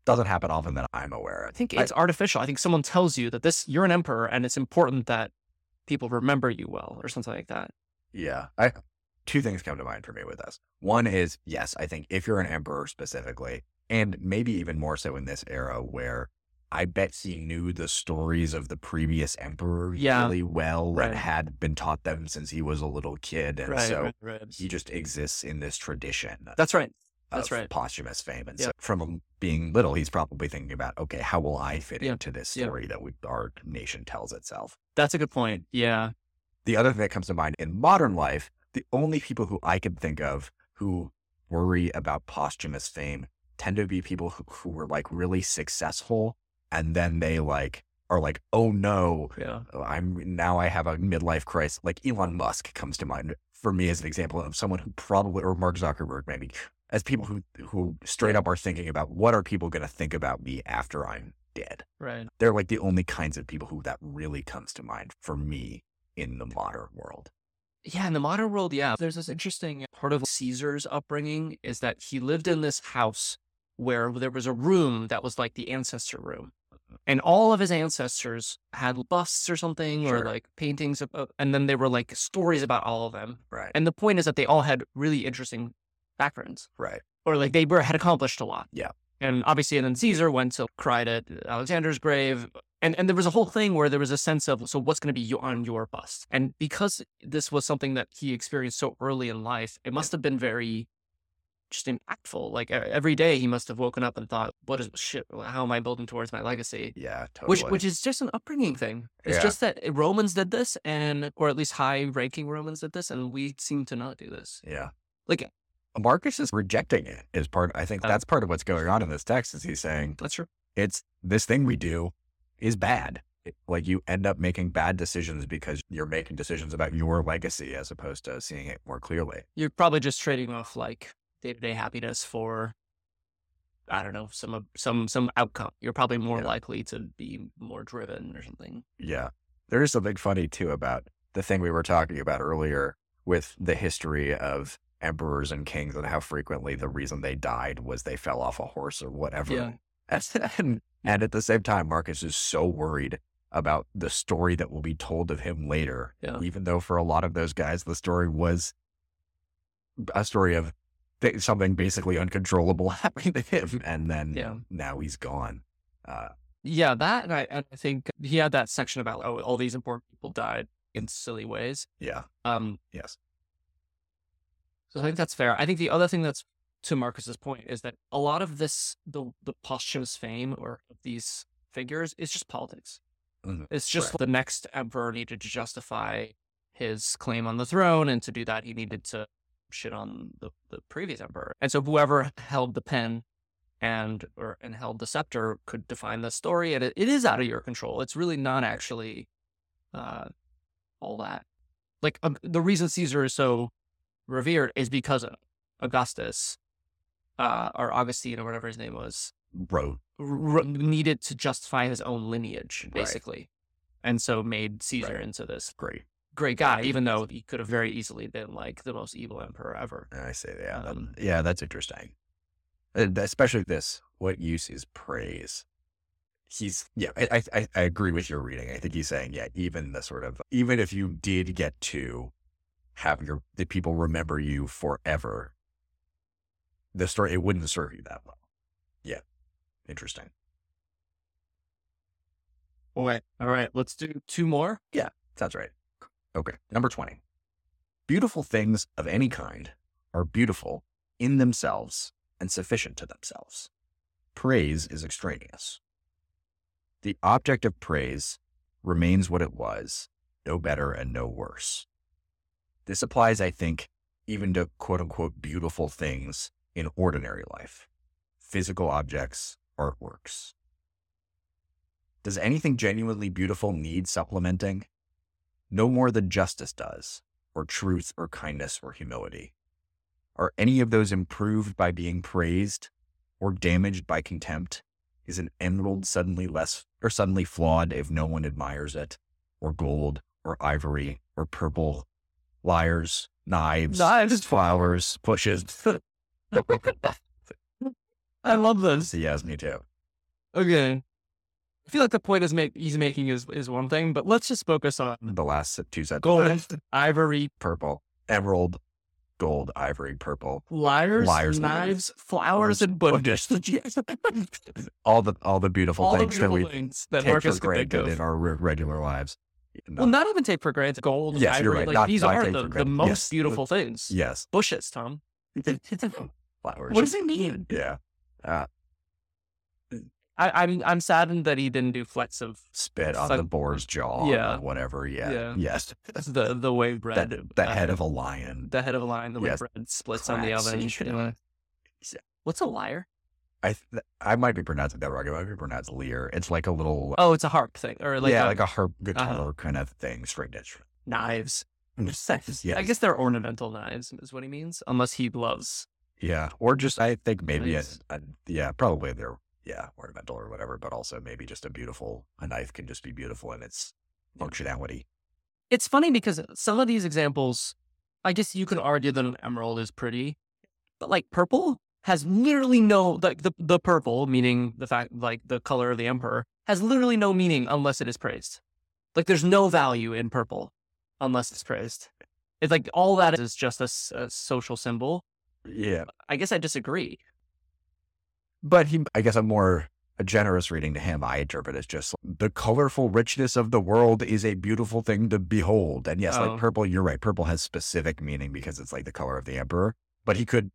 S2: doesn't happen often that I'm aware
S1: I
S2: of.
S1: think it's artificial. I think someone tells you that this you're an emperor and it's important that people remember you well or something like that.
S2: Yeah. I, two things come to mind for me with this. One is, yes, I think if you're an emperor specifically, and maybe even more so in this era where I bet he knew the stories of the previous emperor
S1: Yeah.
S2: really well
S1: Right.
S2: and had been taught them since he was a little kid. And so
S1: right.
S2: he just exists in this tradition.
S1: That's right.
S2: of
S1: That's right.
S2: posthumous fame. And so
S1: Yep.
S2: from being little, he's probably thinking about, okay, how will I fit
S1: Yeah.
S2: into this
S1: Yeah.
S2: story that we, our nation tells itself?
S1: That's a good point. Yeah.
S2: The other thing that comes to mind in modern life, the only people who I can think of who worry about posthumous fame tend to be people who, who were like really successful and then they like are like, oh no,
S1: Yeah.
S2: I'm now I have a midlife crisis. Like Elon Musk comes to mind for me as an example of someone who probably, or Mark Zuckerberg maybe, as people who who straight up are thinking about what are people going to think about me after I'm dead.
S1: Right.
S2: They're like the only kinds of people who that really comes to mind for me in the modern world.
S1: Yeah, in the modern world, yeah, there's this interesting part of Caesar's upbringing is that he lived in this house where there was a room that was like the ancestor room. And all of his ancestors had busts or something or
S2: Sure.
S1: like paintings of, of- and then there were like stories about all of them.
S2: Right.
S1: And the point is that they all had really interesting backgrounds.
S2: right.
S1: or like they were had accomplished a lot.
S2: Yeah.
S1: And obviously, and then Caesar went to cried at Alexander's grave, and and there was a whole thing where there was a sense of so what's going to be you on your bust, and because this was something that he experienced so early in life, it must have been very just impactful. Like e- every day, he must have woken up and thought, "What is shit? How am I building towards my legacy?"
S2: Yeah. Totally.
S1: Which, which is just an upbringing thing. It's
S2: Yeah.
S1: just that Romans did this, and or at least high-ranking Romans did this, and we seem to not do this.
S2: yeah.
S1: Like-
S2: Marcus is rejecting it is part. I think
S1: Oh.
S2: that's part of what's going on in this text is he's saying
S1: That's true.
S2: it's this thing we do is bad. It- like you end up making bad decisions because you're making decisions about your legacy as opposed to seeing it more clearly.
S1: you're probably just trading off like day to day happiness for I don't know some some some outcome. You're probably more
S2: Yeah.
S1: likely to be more driven or something.
S2: Yeah. There is something funny too about the thing we were talking about earlier with the history of emperors and kings and how frequently the reason they died was they fell off a horse or whatever.
S1: Yeah.
S2: And, and at the same time, Marcus is so worried about the story that will be told of him later,
S1: Yeah.
S2: even though for a lot of those guys, the story was a story of th- something basically uncontrollable happening to him. And then
S1: Yeah.
S2: now he's gone. Uh,
S1: Yeah, that and I and I think he had that section about oh all these important people died in silly ways.
S2: yeah.
S1: Um,
S2: Yes.
S1: So I think that's fair. I think the other thing that's to Marcus's point is that a lot of this the the posthumous fame or of these figures is just politics.
S2: Mhm.
S1: It's just the next emperor needed to justify his claim on the throne, and to do that he needed to shit on the, the previous emperor. And so whoever held the pen and or and held the scepter could define the story, and it, it is out of your control. It's really not actually uh, all that. Like um, the reason Caesar is so revered is because Augustus, uh, or Augustine, or whatever his name was,
S2: Wrote
S1: r- r- needed to justify his own lineage,
S2: Right.
S1: basically, and so made Caesar
S2: Right.
S1: into this
S2: great.
S1: great guy, even though he could have very easily been like the most evil emperor ever.
S2: I see. Yeah. that-
S1: Um,
S2: yeah. That's interesting. Uh, Especially this. What use is praise? He's, yeah, I, I- I, I agree with your reading. I think he's saying, yeah, even the sort of, even if you did get to have your, the people remember you forever, the story, it wouldn't serve you that well. Yeah. Interesting.
S1: Boy. All right. Let's do two more.
S2: Sounds right. Okay. Number 20. Beautiful things of any kind are beautiful in themselves and sufficient to themselves. Praise is extraneous. The object of praise remains what it was, no better and no worse. This applies, I think, even to quote unquote beautiful things in ordinary life, physical objects, artworks. Does anything genuinely beautiful need supplementing? no more than justice does, or truth, or kindness, or humility? Are any of those improved by being praised, or damaged by contempt? Is an emerald suddenly less or suddenly flawed if no one admires it, or gold, or ivory, or purple? Liars, knives,
S1: Knives.
S2: flowers, bushes.
S1: I love those.
S2: yes, me too.
S1: Okay. I feel like the point is make, he's making is, is one thing, but let's just focus on
S2: The last two sets.
S1: Gold. ivory,
S2: purple, emerald, gold, ivory, purple.
S1: liars,
S2: Liars.
S1: knives, flowers, and bushes.
S2: all the all the beautiful
S1: All the
S2: things
S1: beautiful
S2: that we
S1: things that
S2: take
S1: Marcus
S2: for
S1: could think
S2: granted in
S1: of.
S2: our re- regular lives. No.
S1: Well, not even take for granted gold.
S2: Yes,
S1: ivory.
S2: you're right.
S1: Like,
S2: Not-
S1: these
S2: not
S1: are
S2: take for
S1: the, the
S2: granted.
S1: most
S2: Yes.
S1: beautiful things.
S2: yes,
S1: Bushes, Tom.
S2: flowers.
S1: What does it mean?
S2: yeah,
S1: I, I'm I'm saddened that he didn't do flex of
S2: spit on
S1: Suck-
S2: the boar's jaw. or
S1: Yeah.
S2: whatever. Yeah,
S1: Yeah.
S2: yes.
S1: the the way bread.
S2: That the
S1: uh,
S2: head of a lion.
S1: the head of a lion, the way
S2: Yes.
S1: bread splits
S2: Cracks
S1: on the
S2: and shit.
S1: oven.
S2: Yeah.
S1: What's a liar?
S2: I th- I might be pronouncing that wrong. I might be pronounced leer. It's like a little
S1: Oh, it's a harp thing, or like
S2: yeah,
S1: a- Uh-huh.
S2: like a harp guitar kind of thing, stringed instrument.
S1: knives.
S2: Yes.
S1: I guess they're ornamental knives, is what he means, unless he loves.
S2: Yeah, or just I think maybe a,
S1: Nice.
S2: a, yeah, probably they're yeah ornamental or whatever, but also maybe just a beautiful a knife can just be beautiful in its functionality.
S1: It's funny because some of these examples, I guess you can argue that an emerald is pretty, but like purple has literally no like the the purple meaning the fact like the color of the emperor has literally no meaning unless it is praised. Like there's no value in purple unless it's praised. It's like all that is just a s a a social symbol.
S2: Yeah,
S1: I guess I disagree.
S2: but he I guess a more a generous reading to him I interpret as just the colorful richness of the world is a beautiful thing to behold. And yes,
S1: Oh.
S2: like purple, you're right. Purple has specific meaning because it's like the color of the emperor. But he could,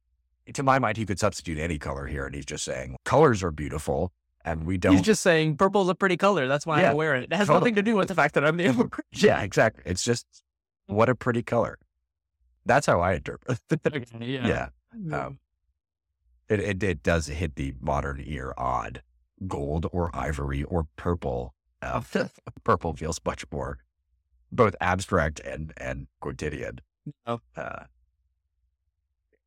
S2: to my mind, he could substitute any color here, and he's just saying colors are beautiful, and we don't
S1: He's just saying purple's a pretty color. That's why
S2: Yeah,
S1: I wear it. It has
S2: totally.
S1: nothing to do with the fact that I'm the emperor.
S2: Yeah, exactly. It's just what a pretty color. That's how I interpret. it.
S1: yeah. Mm-hmm. Mm.
S2: yeah, Um, it, it it does hit the modern ear odd. Gold or ivory or purple. Uh, purple feels much more both abstract and and quotidian.
S1: Oh.
S2: Uh,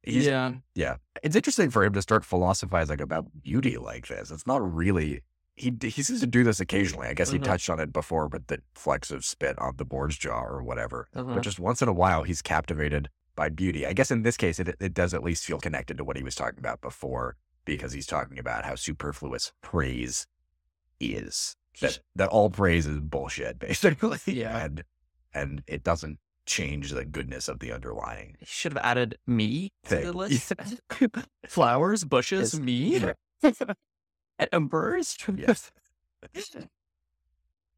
S2: he's-
S1: yeah.
S2: It's interesting for him to start philosophizing about beauty like this. It's not really. He, he seems to do this occasionally. I guess he
S1: Mhm.
S2: touched on it before with the flex of spit on the board's jaw or whatever
S1: Uh-huh.
S2: but just once in a while he's captivated by beauty. I guess in this case, it, it does at least feel connected to what he was talking about before, because he's talking about how superfluous praise is. That, that all praise is bullshit, basically.
S1: Yeah.
S2: And, and it doesn't change the goodness of the underlying.
S1: He should have added me to the
S2: Thing.
S1: list. Flowers, bushes,
S2: Yes.
S1: me,
S2: Yeah.
S1: and emperors.
S2: Yes.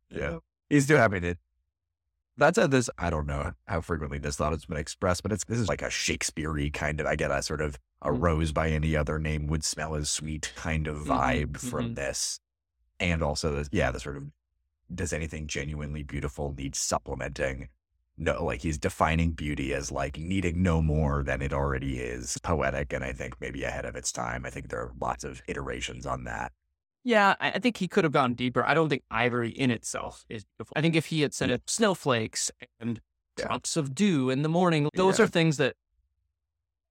S2: Yeah. He's too happy to. That's how this, I don't know how frequently this thought has been expressed, but it's this is like a Shakespeare y kind of, I get a sort of a
S1: Mhm.
S2: rose by any other name would smell as sweet kind of vibe
S1: Mhm,
S2: from this. And also, this, yeah, the sort of does anything genuinely beautiful need supplementing? No, like he's defining beauty as like needing no more than it already is poetic. And I think maybe ahead of its time. I think there are lots of iterations on that.
S1: Yeah, I, I think he could have gone deeper. I don't think ivory in itself is beautiful. I think if he had said it, snowflakes and
S2: Yeah.
S1: drops of dew in the morning, those
S2: Yeah.
S1: are things that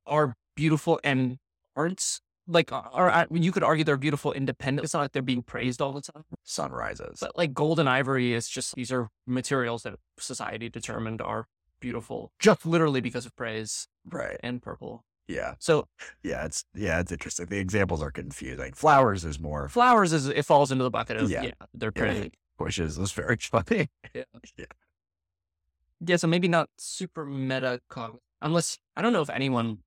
S1: are beautiful and aren't like are I mean, you could argue they're beautiful independent. It's not like they're being praised all the time.
S2: Sunrises.
S1: But like gold and ivory is just these are materials that society determined are beautiful, just literally because of praise
S2: right.
S1: and purple.
S2: Yeah.
S1: So
S2: Yeah, it's yeah, it's interesting. The examples are confusing. Flowers is more
S1: flowers is it falls into the bucket of yeah,
S2: Yeah.
S1: they're
S2: Yeah.
S1: pretty.
S2: bushes is very funny.
S1: Yeah, so maybe not super meta cog unless I don't know if anyone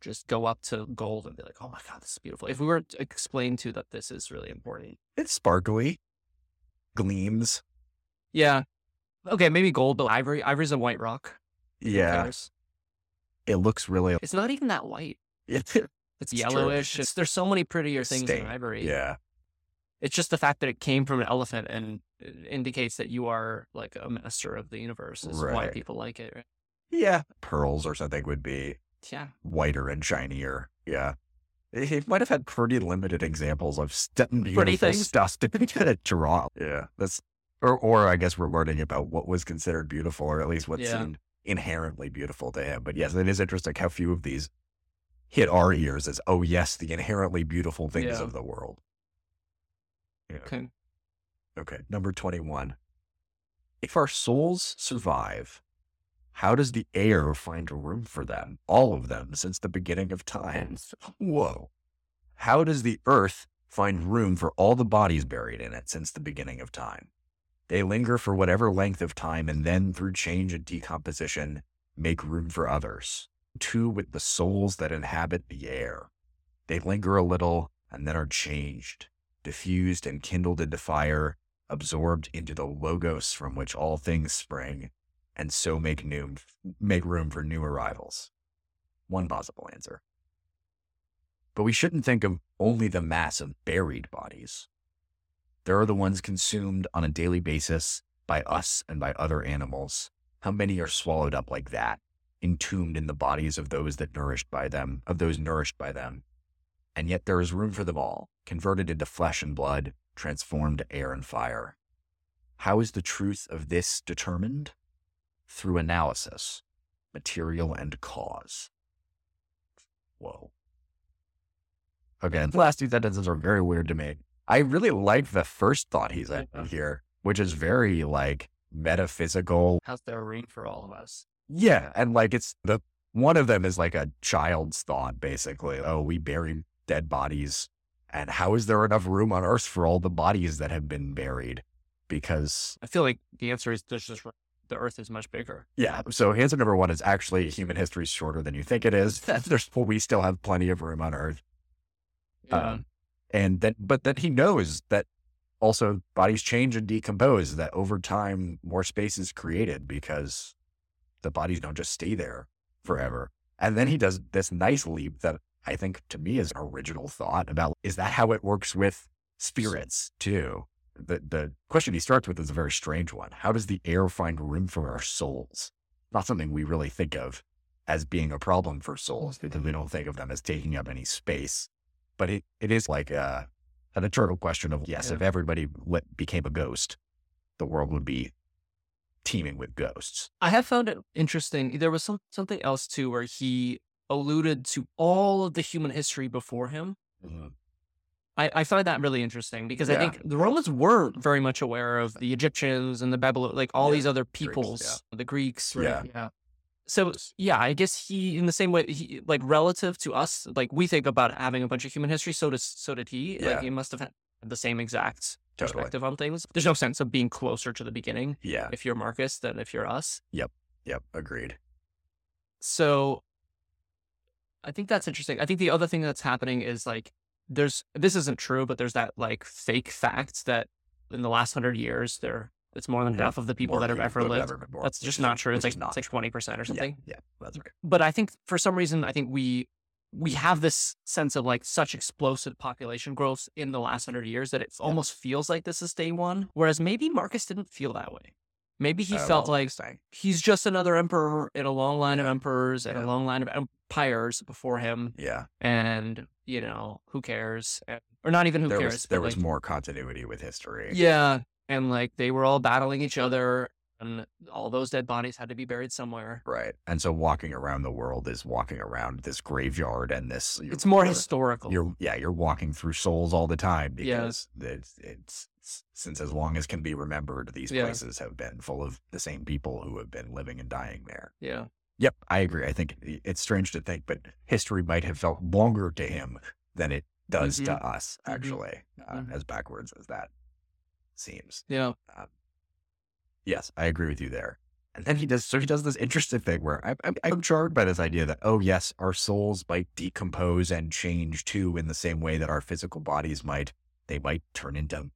S1: just go up to gold and be like, oh my God, this is beautiful. If we were to explain to that this is really important.
S2: It's sparkly, gleams.
S1: Yeah. Okay, maybe gold, but ivory. Ivory's a white rock. Who
S2: Yeah,
S1: cares?
S2: it looks really.
S1: It's not even that white.
S2: It's
S1: It's,
S2: true.
S1: yellowish. It's, there's so many prettier things
S2: Stain.
S1: in ivory.
S2: yeah,
S1: It's just the fact that it came from an elephant and it indicates that you are like a master of the universe is why
S2: Right.
S1: people like it. Right?
S2: yeah. Pearls or something would be
S1: Yeah.
S2: whiter and shinier. Yeah. He might have had pretty limited examples of st-
S1: Pretty
S2: beautiful
S1: things.
S2: stuff to be good at draw. Yeah, that's or or I guess we're learning about what was considered beautiful, or at least what
S1: Yeah.
S2: seemed inherently beautiful to him. But yes, it is interesting how few of these hit our ears as oh yes, the inherently beautiful things
S1: Yeah.
S2: of the world. Yeah.
S1: Okay.
S2: Okay, number twenty-one. If our souls survive, how does the air find room for them, all of them, since the beginning of time? Whoa. How does the earth find room for all the bodies buried in it since the beginning of time? They linger for whatever length of time and then, through change and decomposition, make room for others. Two with the souls that inhabit the air. They linger a little and then are changed, diffused and kindled into fire, absorbed into the logos from which all things spring, and so make new make room for new arrivals. One possible answer. But we shouldn't think of only the mass of buried bodies. There are the ones consumed on a daily basis by us and by other animals. How many are swallowed up like that, entombed in the bodies of those that nourished by them, of those nourished by them? And yet there is room for them all, converted into flesh and blood, transformed to air and fire. How is the truth of this determined? Through analysis, material and cause. Whoa. Again, the last two sentences are very weird to me. I really like the first thought he's at
S1: Yeah.
S2: here, which is very like metaphysical.
S1: How's there room for all of us?
S2: Yeah. And like it's the one of them is like a child's thought, basically. Oh, we bury dead bodies. And how is there enough room on earth for all the bodies that have been buried? Because
S1: I feel like the answer is there's just the Earth is much bigger.
S2: Yeah. So answer number one is actually human history is shorter than you think it is. There's we still have plenty of room on Earth. Um, and then, but then he knows that also bodies change and decompose. That over time, more space is created because the bodies don't just stay there forever. And then he does this nice leap that I think to me is an original thought about is that how it works with spirits too? The the question he starts with is a very strange one. How does the air find room for our souls? Not something we really think of as being a problem for souls because we don't think of them as taking up any space. But it, it is like a, an eternal question of yes, if everybody went, became a ghost, the world would be teeming with ghosts.
S1: I have found it interesting. There was some, something else too where he alluded to all of the human history before him. I, I find that really interesting because I
S2: Yeah.
S1: think the Romans weren't very much aware of the Egyptians and the Babylon, like all
S2: Yeah.
S1: these other peoples, the Greeks. Right?
S2: Yeah.
S1: So yeah, I guess he, in the same way, he, like relative to us, like we think about having a bunch of human history. So does so did he.
S2: Yeah.
S1: Like he must have had the same exact
S2: Totally.
S1: perspective on things. There's no sense of being closer to the beginning
S2: Yeah.
S1: if you're Marcus than if you're us.
S2: Yep. Agreed.
S1: So I think that's interesting. I think the other thing that's happening is like there's this isn't true, but there's that like fake fact that in the last hundred years there it's more than
S2: Yeah.
S1: half of the people
S2: Mm-hmm. More
S1: that have ever
S2: who've
S1: lived.
S2: ever been born,
S1: That's just
S2: which
S1: not
S2: is-
S1: true. It's
S2: which
S1: like
S2: is
S1: it's like twenty percent or
S2: Yeah,
S1: something.
S2: Yeah, that's right.
S1: But I think for some reason I think we we have this sense of like such explosive population growth in the last hundred years that it almost feels like this is day one. Whereas maybe Marcus didn't feel that way. Maybe he
S2: Uh,
S1: felt
S2: that's
S1: like
S2: interesting.
S1: he's just another emperor in a long line of emperors and
S2: Yeah.
S1: a long line of empires before him.
S2: yeah,
S1: And, you know, who cares? And- or not even who
S2: there
S1: cares.
S2: was
S1: but,
S2: there was
S1: like,
S2: more continuity with history.
S1: Yeah. And like they were all battling each other and all those dead bodies had to be buried somewhere.
S2: right. And so walking around the world is walking around this graveyard and this. you're-
S1: It's more
S2: you're-
S1: historical.
S2: You're yeah, you're walking through souls all the time
S1: Yeah.
S2: because it's, it's, it's- since as long as can be remembered, these
S1: Yeah.
S2: places have been full of the same people who have been living and dying there.
S1: yeah.
S2: Yep, I agree. I think i- it's strange to think, but history might have felt longer to him than it does
S1: Mhm.
S2: to us,
S1: Mhm.
S2: actually, uh,
S1: Mhm.
S2: as backwards as that seems.
S1: Yeah.
S2: Yes, I agree with you there. And then he does so he does this interesting thing where I, I, I'm charmed by this idea that oh yes, our souls might decompose and change too in the same way that our physical bodies might. They might turn into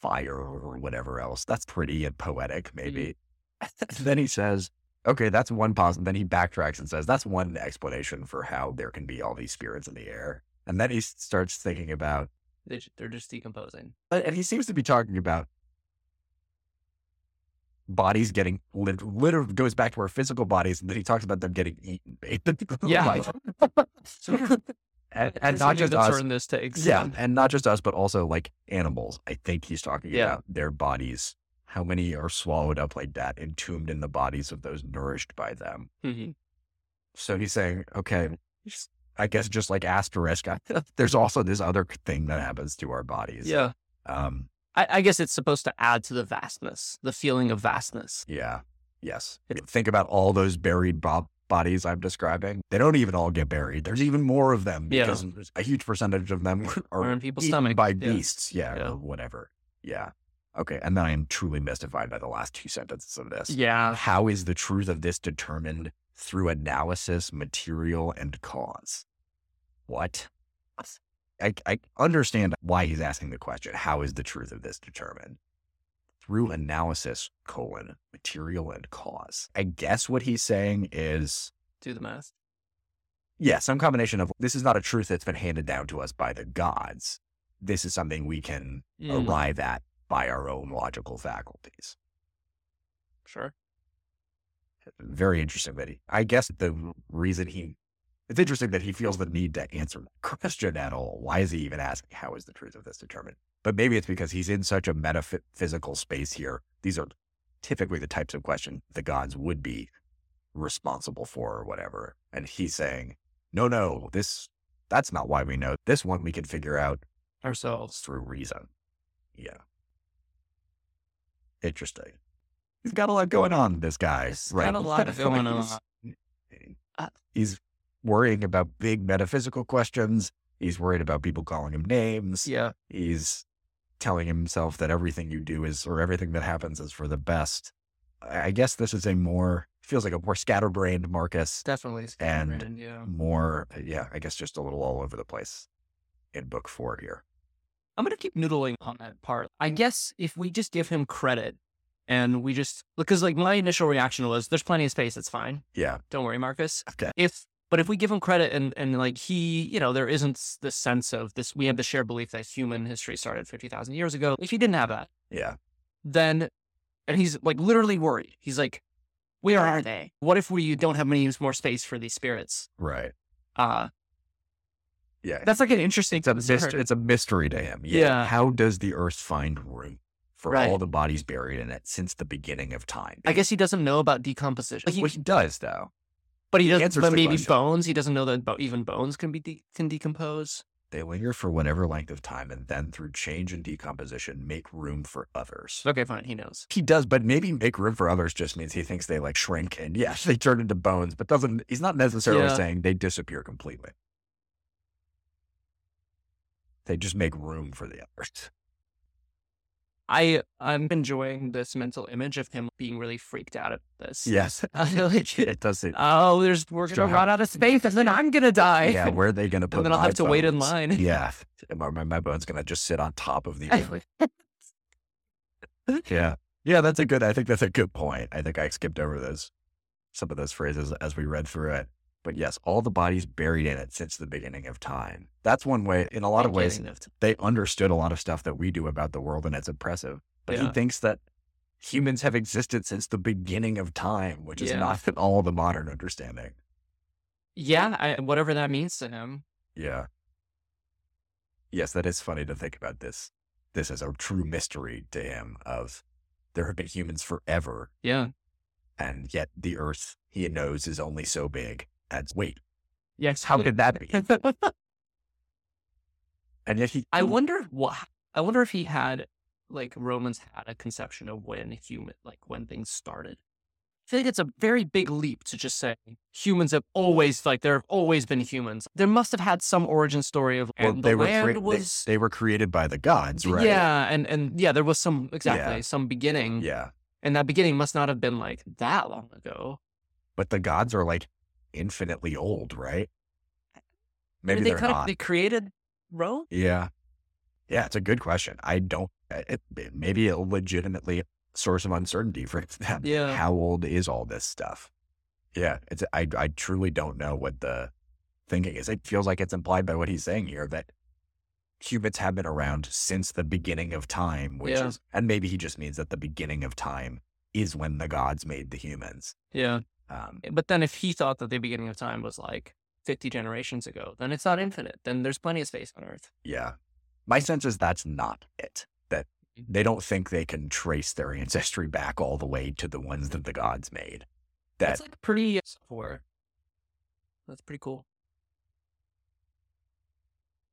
S2: fire or whatever else. That's pretty and poetic, maybe. And then he says, okay, that's one possible. Then he backtracks and says, that's one explanation for how there can be all these spirits in the air. And then he s- starts thinking about,
S1: They, ju- they're just decomposing.
S2: and and he seems to be talking about bodies getting lit- literally goes back to our physical bodies. And then he talks about them getting eaten, basically.
S1: Yeah.
S2: Like-
S1: So,
S2: and, and
S1: There's
S2: not
S1: something
S2: just
S1: to
S2: us.
S1: turn this to ex-
S2: Yeah, and not just us, but also like animals. I think he's talking
S1: Yeah.
S2: about their bodies. How many are swallowed up like that, entombed in the bodies of those nourished by them?
S1: Mhm.
S2: So he's saying, okay, just- I guess just like asterisk, I- there's also this other thing that happens to our bodies.
S1: yeah.
S2: Um,
S1: I, I guess it's supposed to add to the vastness, the feeling of vastness.
S2: yeah. Yes.
S1: It-
S2: Think about all those buried bo- bodies I'm describing. They don't even all get buried. There's even more of them
S1: Yeah.
S2: because a huge percentage of them are
S1: Or in people's
S2: eaten
S1: stomach.
S2: by
S1: Yeah.
S2: beasts, yeah,
S1: Yeah.
S2: or whatever. Yeah. Okay. And then I am truly mystified by the last two sentences of this.
S1: Yeah.
S2: How is the truth of this determined through analysis, material, and cause? What? I, I understand why he's asking the question. How is the truth of this determined? Through analysis, colon, material, and cause. I guess what he's saying is
S1: Do the math.
S2: yeah, some combination of this is not a truth that's been handed down to us by the gods. This is something we can
S1: Mm,
S2: arrive at by our own logical faculties.
S1: Sure.
S2: Very interesting that he, I guess the reason he, it's interesting that he feels the need to answer that question at all. Why is he even asking, how is the truth of this determined? But maybe it's because he's in such a metaphysical space here. These are typically the types of question the gods would be responsible for or whatever. And he's saying, no, no, this, that's not why we know. This one we can figure out
S1: Ourselves.
S2: through reason. Yeah. Interesting. He's got a lot going on, this guy.
S1: He's got a lot going on. Uh
S2: He's, uh he's worrying about big metaphysical questions. He's worried about people calling him names.
S1: Yeah.
S2: He's telling himself that everything you do is, or everything that happens is for the best. I I guess this is a more, feels like a more scatterbrained Marcus,
S1: Definitely. it's
S2: And-
S1: Cameron, yeah.
S2: more, yeah, I guess just a little all over the place in book four here.
S1: I'm going to keep noodling on that part. I guess if we just give him credit and we just, because like my initial reaction was there's plenty of space. It's fine.
S2: Yeah.
S1: Don't worry, Marcus.
S2: Okay.
S1: If, but if we give him credit and, and like he, you know, there isn't s- this sense of this, we have the shared belief that human history started 50,000 years ago. If he didn't have that,
S2: Yeah.
S1: then, and he's like literally worried. He's like, where are they? What if we don't have many more space for these spirits?
S2: Right.
S1: Uh,
S2: Yeah.
S1: that's like an interesting
S2: It's a, myst-
S1: concern.
S2: it's a mystery to him.
S1: Yeah.
S2: How does the earth find room for
S1: Right.
S2: all the bodies buried in it since the beginning of time?
S1: I guess he doesn't know about decomposition. Like, he-
S2: Which he does, though.
S1: But he
S2: answers
S1: doesn't. But
S2: the
S1: maybe
S2: question.
S1: bones. He doesn't know that bo- even bones can be de- can decompose.
S2: They linger for whatever length of time and then through change and decomposition make room for others.
S1: Okay, fine. He knows.
S2: He does, but maybe make room for others just means he thinks they like shrink and yes, they turn into bones, but doesn't, he's not necessarily
S1: Yeah.
S2: saying they disappear completely. They just make room for the others.
S1: I I'm enjoying this mental image of him being really freaked out at this.
S2: Yes. It does it.
S1: oh, there's we're
S2: Sure.
S1: gonna run out of space, and then I'm gonna die.
S2: yeah, where are they going to put
S1: and then I'll
S2: my
S1: have to wait in
S2: bones?
S1: line.
S2: yeah, my, my, my bone's gonna just sit on top of the earth. yeah, yeah. That's a good. I think that's a good point. I think I skipped over those some of those phrases as we read through it. But yes, all the bodies buried in it since the beginning of time. That's one way. In a lot of ways,
S1: Beginning of t-
S2: they understood a lot of stuff that we do about the world, and it's impressive. But he
S1: Yeah.
S2: thinks that humans have existed since the beginning of time, which is
S1: Yeah.
S2: not at all the modern understanding.
S1: Yeah, I, whatever that means to him.
S2: Yeah. Yes, that is funny to think about this. This is a true mystery to him of there have been humans forever,
S1: Yeah.
S2: and yet the earth he knows is only so big. And wait,
S1: Yes.
S2: how could that be? And yet he
S1: I wonder what. I wonder if he had like Romans had a conception of when human like when things started. I feel like it's a very big leap to just say humans have always like there have always been humans. There must have had some origin story of
S2: well,
S1: and
S2: they
S1: the
S2: were
S1: land
S2: crea- they-
S1: was
S2: they, were created by the gods, right?
S1: yeah, and and yeah, there was some exactly some beginning.
S2: Yeah.
S1: And that beginning must not have been like that long ago.
S2: But the gods are like infinitely old, right? Maybe
S1: Did
S2: they
S1: they
S2: are
S1: kind
S2: not.
S1: of they created Rome.
S2: Yeah. Yeah, it's a good question. I don't, eh, it, it may be a legitimately source of uncertainty for them.
S1: Yeah.
S2: How old is all this stuff? Yeah. It's, I, I truly don't know what the thinking is. It feels like it's implied by what he's saying here that humans have been around since the beginning of time, which
S1: Yeah.
S2: is, and maybe he just means that the beginning of time is when the gods made the humans.
S1: Yeah.
S2: Um,
S1: But then if he thought that the beginning of time was like 50 generations ago, then it's not infinite. Then there's plenty of space on Earth.
S2: Yeah. My sense is that's not it. That
S1: Mm-hmm.
S2: they don't think they can trace their ancestry back all the way to the ones that the gods made. That
S1: That's like pretty software. That's pretty cool.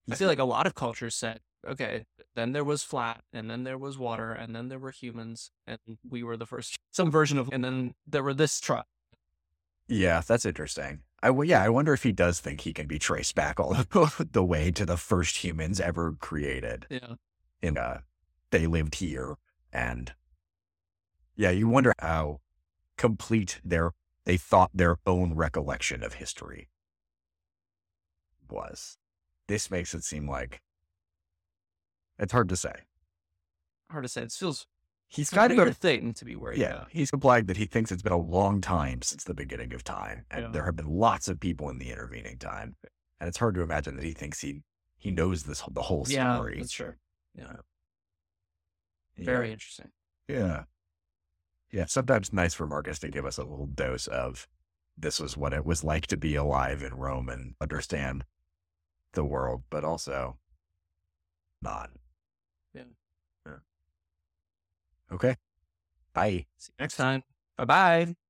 S1: I feel like a lot of cultures said, okay, then there was flat, and then there was water, and then there were humans, and we were the first, some version of, and then there were this tribe.
S2: yeah, that's interesting. I w- yeah, I wonder if he does think he can be traced back all the way to the first humans ever created.
S1: Yeah.
S2: In uh, they lived here, and yeah, you wonder how complete their they thought their own recollection of history was. This makes it seem like it's hard to say.
S1: Hard to say. It feels
S2: He's
S1: kind
S2: kind
S1: a weird
S2: of
S1: thing to be worried
S2: yeah.
S1: about.
S2: He's implied that he thinks it's been a long time since the beginning of time, and
S1: Yeah.
S2: there have been lots of people in the intervening time, and it's hard to imagine that he thinks he he knows this the whole
S1: Yeah,
S2: story.
S1: that's true.
S2: Yeah.
S1: Very interesting.
S2: Yeah. Yeah. Sometimes nice for Marcus to give us a little dose of this was what it was like to be alive in Rome and understand the world, but also not.
S1: Yeah.
S2: Yeah. Okay. Bye.
S1: See you next time. Bye bye.